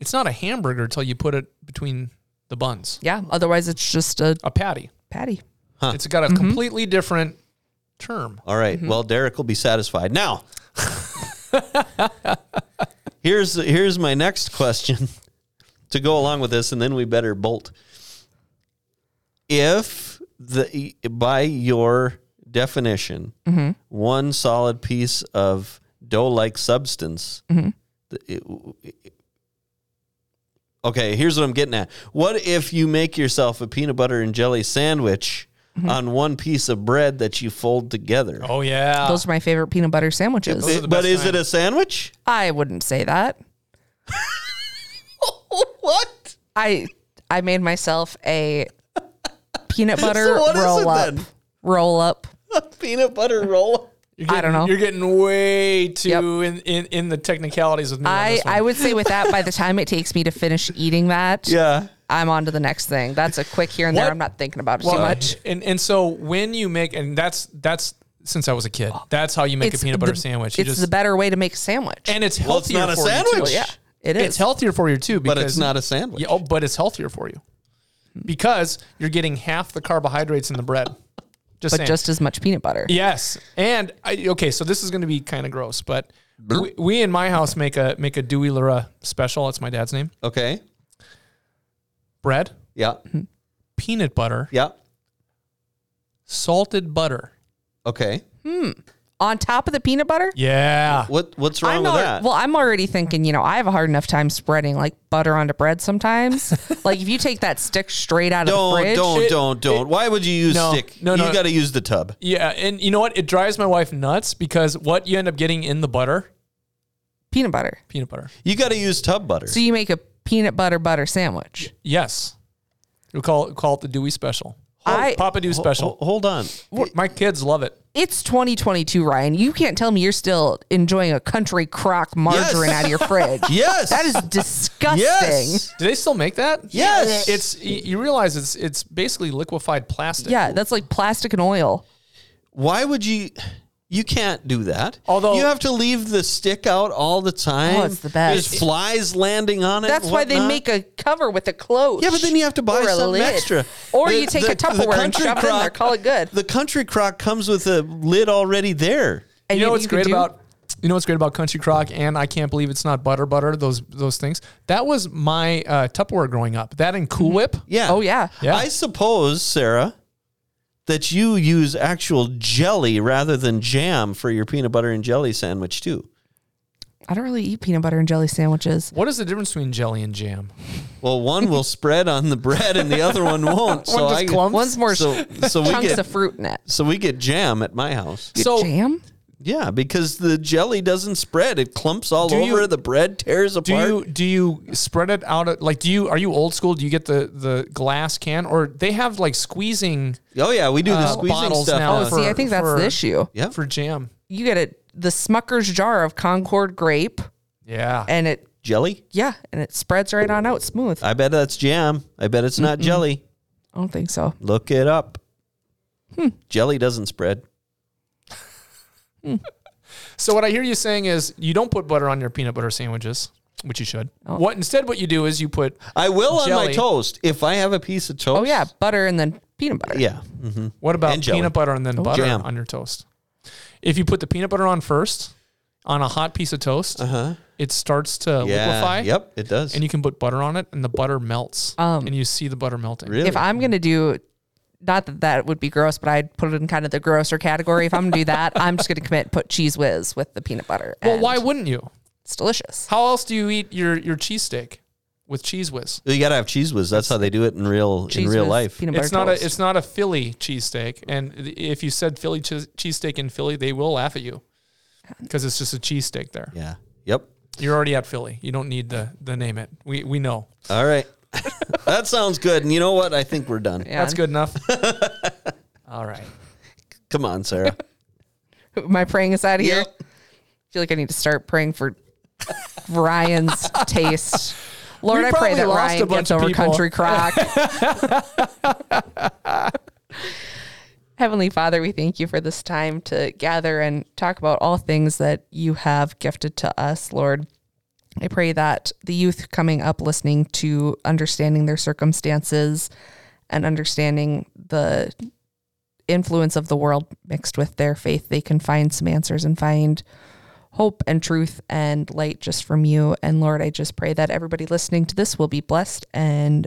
Speaker 3: It's not a hamburger until you put it between the buns.
Speaker 2: Yeah. Otherwise, it's just a
Speaker 3: A patty.
Speaker 2: patty.
Speaker 3: It's got a
Speaker 2: Mm-hmm.
Speaker 3: completely different term.
Speaker 1: All right. Well, Derek will be satisfied. Now, here's here's my next question <laughs> to go along with this, and then we better bolt. If the by your definition, one solid piece of dough-like substance. th- it- Okay, here's what I'm getting at. What if you make yourself a peanut butter and jelly sandwich on one piece of bread that you fold together?
Speaker 3: Oh
Speaker 1: Ah.
Speaker 3: yeah.
Speaker 2: Those are my favorite peanut butter sandwiches.
Speaker 3: those- are
Speaker 1: It-
Speaker 3: the
Speaker 1: but
Speaker 3: best
Speaker 1: is it
Speaker 3: kind.
Speaker 1: a sandwich?
Speaker 2: I wouldn't say that.
Speaker 1: What?
Speaker 2: I I made myself a peanut
Speaker 1: <laughs>
Speaker 2: butter
Speaker 1: So what is it
Speaker 2: roll up.
Speaker 1: then?
Speaker 2: Roll up.
Speaker 1: A peanut butter roll?
Speaker 3: You're
Speaker 2: I don't know.
Speaker 3: You're getting way too
Speaker 2: Yep.
Speaker 3: in, in, in the technicalities with me. on
Speaker 2: I,
Speaker 3: this one.
Speaker 2: I would say with
Speaker 1: <laughs>
Speaker 2: that, by the time it takes me to finish eating that,
Speaker 1: Yeah.
Speaker 2: I'm on to the next thing. That's a quick here and there.
Speaker 3: What?
Speaker 2: I'm not thinking about it
Speaker 3: Well,
Speaker 2: too much.
Speaker 3: And and so when you make and that's that's since I was a kid, that's how you make a peanut butter
Speaker 2: the-
Speaker 3: sandwich. You
Speaker 2: Oh. It's
Speaker 3: just
Speaker 2: the better way to make a sandwich.
Speaker 3: and it's
Speaker 1: Well, it's
Speaker 3: healthier
Speaker 1: not a
Speaker 3: for you
Speaker 1: sandwich.
Speaker 3: too.
Speaker 2: yeah, it is.
Speaker 3: It's healthier for you too because
Speaker 1: But it's not a sandwich.
Speaker 3: Yeah, oh, but it's healthier for you because you're getting half the carbohydrates in the bread. Just
Speaker 2: but
Speaker 3: saying.
Speaker 2: just as much peanut butter.
Speaker 3: Yes, and I, okay, so this is going to be kind of gross, but we, we in my house make a make a Dewey Lura special. That's my dad's name.
Speaker 1: Okay.
Speaker 3: Bread,
Speaker 1: Yeah.
Speaker 3: peanut butter,
Speaker 1: Yeah.
Speaker 3: salted butter.
Speaker 1: Okay.
Speaker 2: On top of the peanut butter,
Speaker 3: Yeah,
Speaker 1: What what's wrong
Speaker 2: I'm
Speaker 1: with
Speaker 2: al-
Speaker 1: that?
Speaker 2: well, I'm already thinking. You know, I have a hard enough time spreading like butter onto
Speaker 1: <laughs>
Speaker 2: bread sometimes. like if you take that stick straight out of the
Speaker 1: don't
Speaker 2: fridge,
Speaker 1: don't
Speaker 3: It-
Speaker 1: don't don't. Why would you use
Speaker 3: No,
Speaker 1: stick?
Speaker 3: no,
Speaker 1: You
Speaker 3: no.
Speaker 1: got to use the tub.
Speaker 3: yeah, and you know what? It drives my wife nuts because what you end up getting in the butter,
Speaker 2: peanut butter.
Speaker 3: peanut butter.
Speaker 1: You got to use tub butter.
Speaker 2: So you make a peanut butter butter sandwich.
Speaker 3: Yes, we call it, call it the Dewey Special.
Speaker 2: I-
Speaker 3: Papa Dew Special.
Speaker 1: Ho- hold on.
Speaker 3: My kids love it.
Speaker 2: It's 2022, Ryan. You can't tell me you're still enjoying a country crock margarine
Speaker 1: Yes.
Speaker 2: out of your fridge.
Speaker 1: <laughs> Yes.
Speaker 2: That is disgusting.
Speaker 1: yes.
Speaker 3: Do they still make that?
Speaker 1: Yes.
Speaker 3: It's y- you realize it's it's basically liquefied plastic.
Speaker 2: Yeah, that's like plastic and oil.
Speaker 1: Why would you? You can't do that.
Speaker 3: Although-
Speaker 1: you have to leave the stick out all the time.
Speaker 2: Oh, it's the best.
Speaker 1: There's flies landing on it.
Speaker 2: That's
Speaker 1: and
Speaker 2: why they
Speaker 1: whatnot.
Speaker 2: make a cover with a cloche.
Speaker 1: Yeah, but then you have to buy
Speaker 2: or a
Speaker 1: something
Speaker 2: lid.
Speaker 1: extra.
Speaker 2: Or
Speaker 1: The-
Speaker 2: you take
Speaker 1: the-
Speaker 2: a
Speaker 1: the
Speaker 2: Tupperware and
Speaker 1: country
Speaker 2: shove it in there.
Speaker 1: crock-
Speaker 2: Call it good.
Speaker 1: The country crock comes with a lid already there.
Speaker 2: And
Speaker 3: you know
Speaker 2: yet
Speaker 3: what's
Speaker 2: can
Speaker 3: great
Speaker 2: do-
Speaker 3: about you know what's great about Country Crock and I can't believe it's not butter butter those those things. That was my uh, Tupperware growing up. That and Cool Whip.
Speaker 1: Yeah.
Speaker 2: Oh yeah.
Speaker 3: Yeah.
Speaker 1: I suppose, Sarah, that you use actual jelly rather than jam for your peanut butter and jelly sandwich too.
Speaker 2: I don't really eat peanut butter and jelly sandwiches.
Speaker 3: What is the difference between jelly and jam?
Speaker 1: Well, one
Speaker 3: <laughs>
Speaker 1: will spread on the bread and the other one won't. So
Speaker 3: One just
Speaker 1: I
Speaker 3: clumps?
Speaker 2: One's more
Speaker 3: <laughs>
Speaker 1: so, so we
Speaker 2: chunks
Speaker 1: get
Speaker 2: of fruit in it.
Speaker 1: so we get jam at my house.
Speaker 3: So
Speaker 2: Jam?
Speaker 1: Yeah, because the jelly doesn't spread; it clumps all
Speaker 3: Do
Speaker 1: over.
Speaker 3: you-
Speaker 1: the bread tears
Speaker 3: do
Speaker 1: apart.
Speaker 3: you do you spread it out of, like do you are you old school? Do you get the the glass can or they have like squeezing
Speaker 1: oh yeah, we do the
Speaker 3: Uh,
Speaker 1: squeezing
Speaker 3: bottles
Speaker 1: stuff. Oh,
Speaker 3: now
Speaker 1: now.
Speaker 3: for-
Speaker 2: See, I think that's the issue.
Speaker 1: Yeah.
Speaker 3: for jam?
Speaker 2: You get it the Smucker's jar of Concord grape
Speaker 3: Yeah.
Speaker 2: and it
Speaker 1: jelly.
Speaker 2: yeah, and it spreads right on out smooth. I
Speaker 1: I bet that's jam. I bet it's not jelly.
Speaker 2: don't think so.
Speaker 1: Look it up.
Speaker 3: Hmm.
Speaker 1: Jelly doesn't spread.
Speaker 3: So what I hear you saying is you don't put butter on your peanut butter sandwiches, which you should. What instead what you do is you put
Speaker 1: I will on my
Speaker 3: Jelly.
Speaker 1: toast if I have a piece of toast.
Speaker 2: Oh yeah, butter and then peanut butter.
Speaker 1: yeah. hmm
Speaker 3: What about
Speaker 1: And jelly.
Speaker 3: peanut butter and then butter
Speaker 1: Jam.
Speaker 3: on your toast? If you put the peanut butter on first on a hot piece of toast,
Speaker 1: Uh huh.
Speaker 3: it starts to liquefy.
Speaker 1: Yep, it does.
Speaker 3: And you can put butter on it, and the butter melts, and you see the butter melting.
Speaker 1: really?
Speaker 2: If I'm gonna do, not that that would be gross, but I'd put it in kind of the grosser category. If I'm gonna do that,
Speaker 3: <laughs>
Speaker 2: I'm just gonna commit put cheese whiz with the peanut butter.
Speaker 3: Well,
Speaker 2: and
Speaker 3: why wouldn't you?
Speaker 2: It's delicious.
Speaker 3: How else do you eat your your cheesesteak with cheese whiz?
Speaker 1: you gotta have cheese whiz. That's how they do it in real
Speaker 2: Cheese
Speaker 1: in real
Speaker 2: Whiz
Speaker 1: life.
Speaker 2: peanut butter.
Speaker 3: It's not a
Speaker 2: toast.
Speaker 3: it's not a Philly cheesesteak, and if you said Philly cheese cheesesteak in Philly, they will laugh at you because it's just a cheesesteak there.
Speaker 1: Yeah. Yep.
Speaker 3: You're already at Philly. You don't need the the name it. We we know
Speaker 1: All right. <laughs> that sounds good. And you know what? I think we're done.
Speaker 2: Yeah.
Speaker 3: that's
Speaker 1: <laughs>
Speaker 3: good enough. All right.
Speaker 1: Come on,
Speaker 2: <laughs>
Speaker 1: Sarah.
Speaker 2: <laughs> Am I praying aside here?
Speaker 1: Yep.
Speaker 2: I feel like I need to start praying for Ryan's
Speaker 3: <laughs>
Speaker 2: taste. Lord,
Speaker 3: We
Speaker 2: I pray
Speaker 3: probably
Speaker 2: that
Speaker 3: lost a
Speaker 2: Ryan
Speaker 3: bunch
Speaker 2: gets
Speaker 3: of
Speaker 2: over
Speaker 3: people.
Speaker 2: country crock.
Speaker 3: <laughs>
Speaker 2: Heavenly Father, we thank you for this time to gather and talk about all things that you have gifted to us, Lord. I pray that the youth coming up listening to understanding their circumstances and understanding the influence of the world mixed with their faith, they can find some answers and find hope and truth and light just from you. And Lord, I just pray that everybody listening to this will be blessed and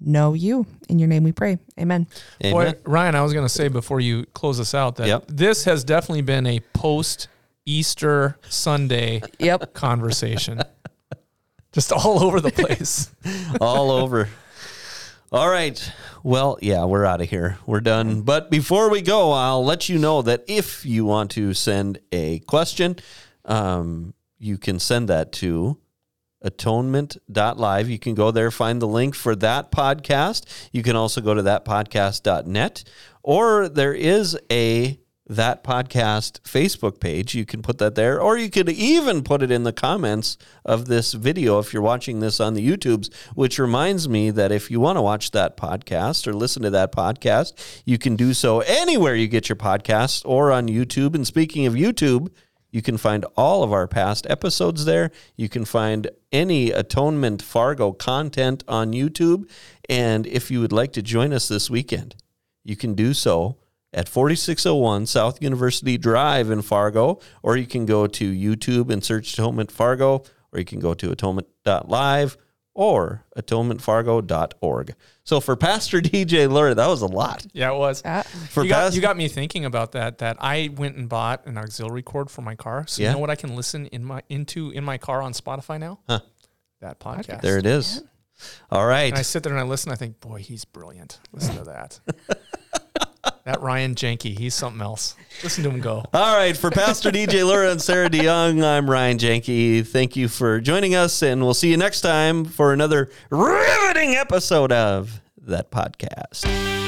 Speaker 2: know you. In your name we pray. Amen.
Speaker 1: Amen.
Speaker 3: Boy, Ryan, I was going to say before you close us out that
Speaker 1: Yep.
Speaker 3: this has definitely been a post Easter Sunday
Speaker 1: <laughs>
Speaker 2: Yep.
Speaker 3: conversation. Just all over the place.
Speaker 1: all over. All right. Well, yeah, we're out of here. We're done. But before we go, I'll let you know that if you want to send a question, um, you can send that to atonement.live. You can go there, find the link for that podcast. You can also go to thatpodcast.net, or there is a that podcast Facebook page. You can put that there, or you could even put it in the comments of this video if you're watching this on the YouTubes, which reminds me that if you want to watch that podcast or listen to that podcast, you can do so anywhere you get your podcasts or on YouTube. And speaking of YouTube, you can find all of our past episodes there. You can find any Atonement Fargo content on YouTube. And if you would like to join us this weekend, you can do so at 4601 South University Drive in Fargo, or you can go to YouTube and search Atonement Fargo, or you can go to atonement.live or atonementfargo.org. So for Pastor <laughs> DJ Lurie, that was a lot.
Speaker 3: Yeah, it was.
Speaker 2: Uh,
Speaker 1: For
Speaker 3: you, got,
Speaker 1: Pastor-
Speaker 3: you got me thinking about that. That I went and bought an auxiliary cord for my car. So
Speaker 1: Yeah.
Speaker 3: you know what I can listen in my into in my car on Spotify now? That podcast.
Speaker 1: there it is. All right.
Speaker 3: And I sit there and I listen. I think, boy, he's brilliant. Listen
Speaker 1: <laughs>
Speaker 3: to that. that Ryan Janke, he's something else. Listen to him go.
Speaker 1: All right, for Pastor DJ Laura and Sarah DeYoung, I'm Ryan Janke. Thank you for joining us, and we'll see you next time for another riveting episode of that podcast.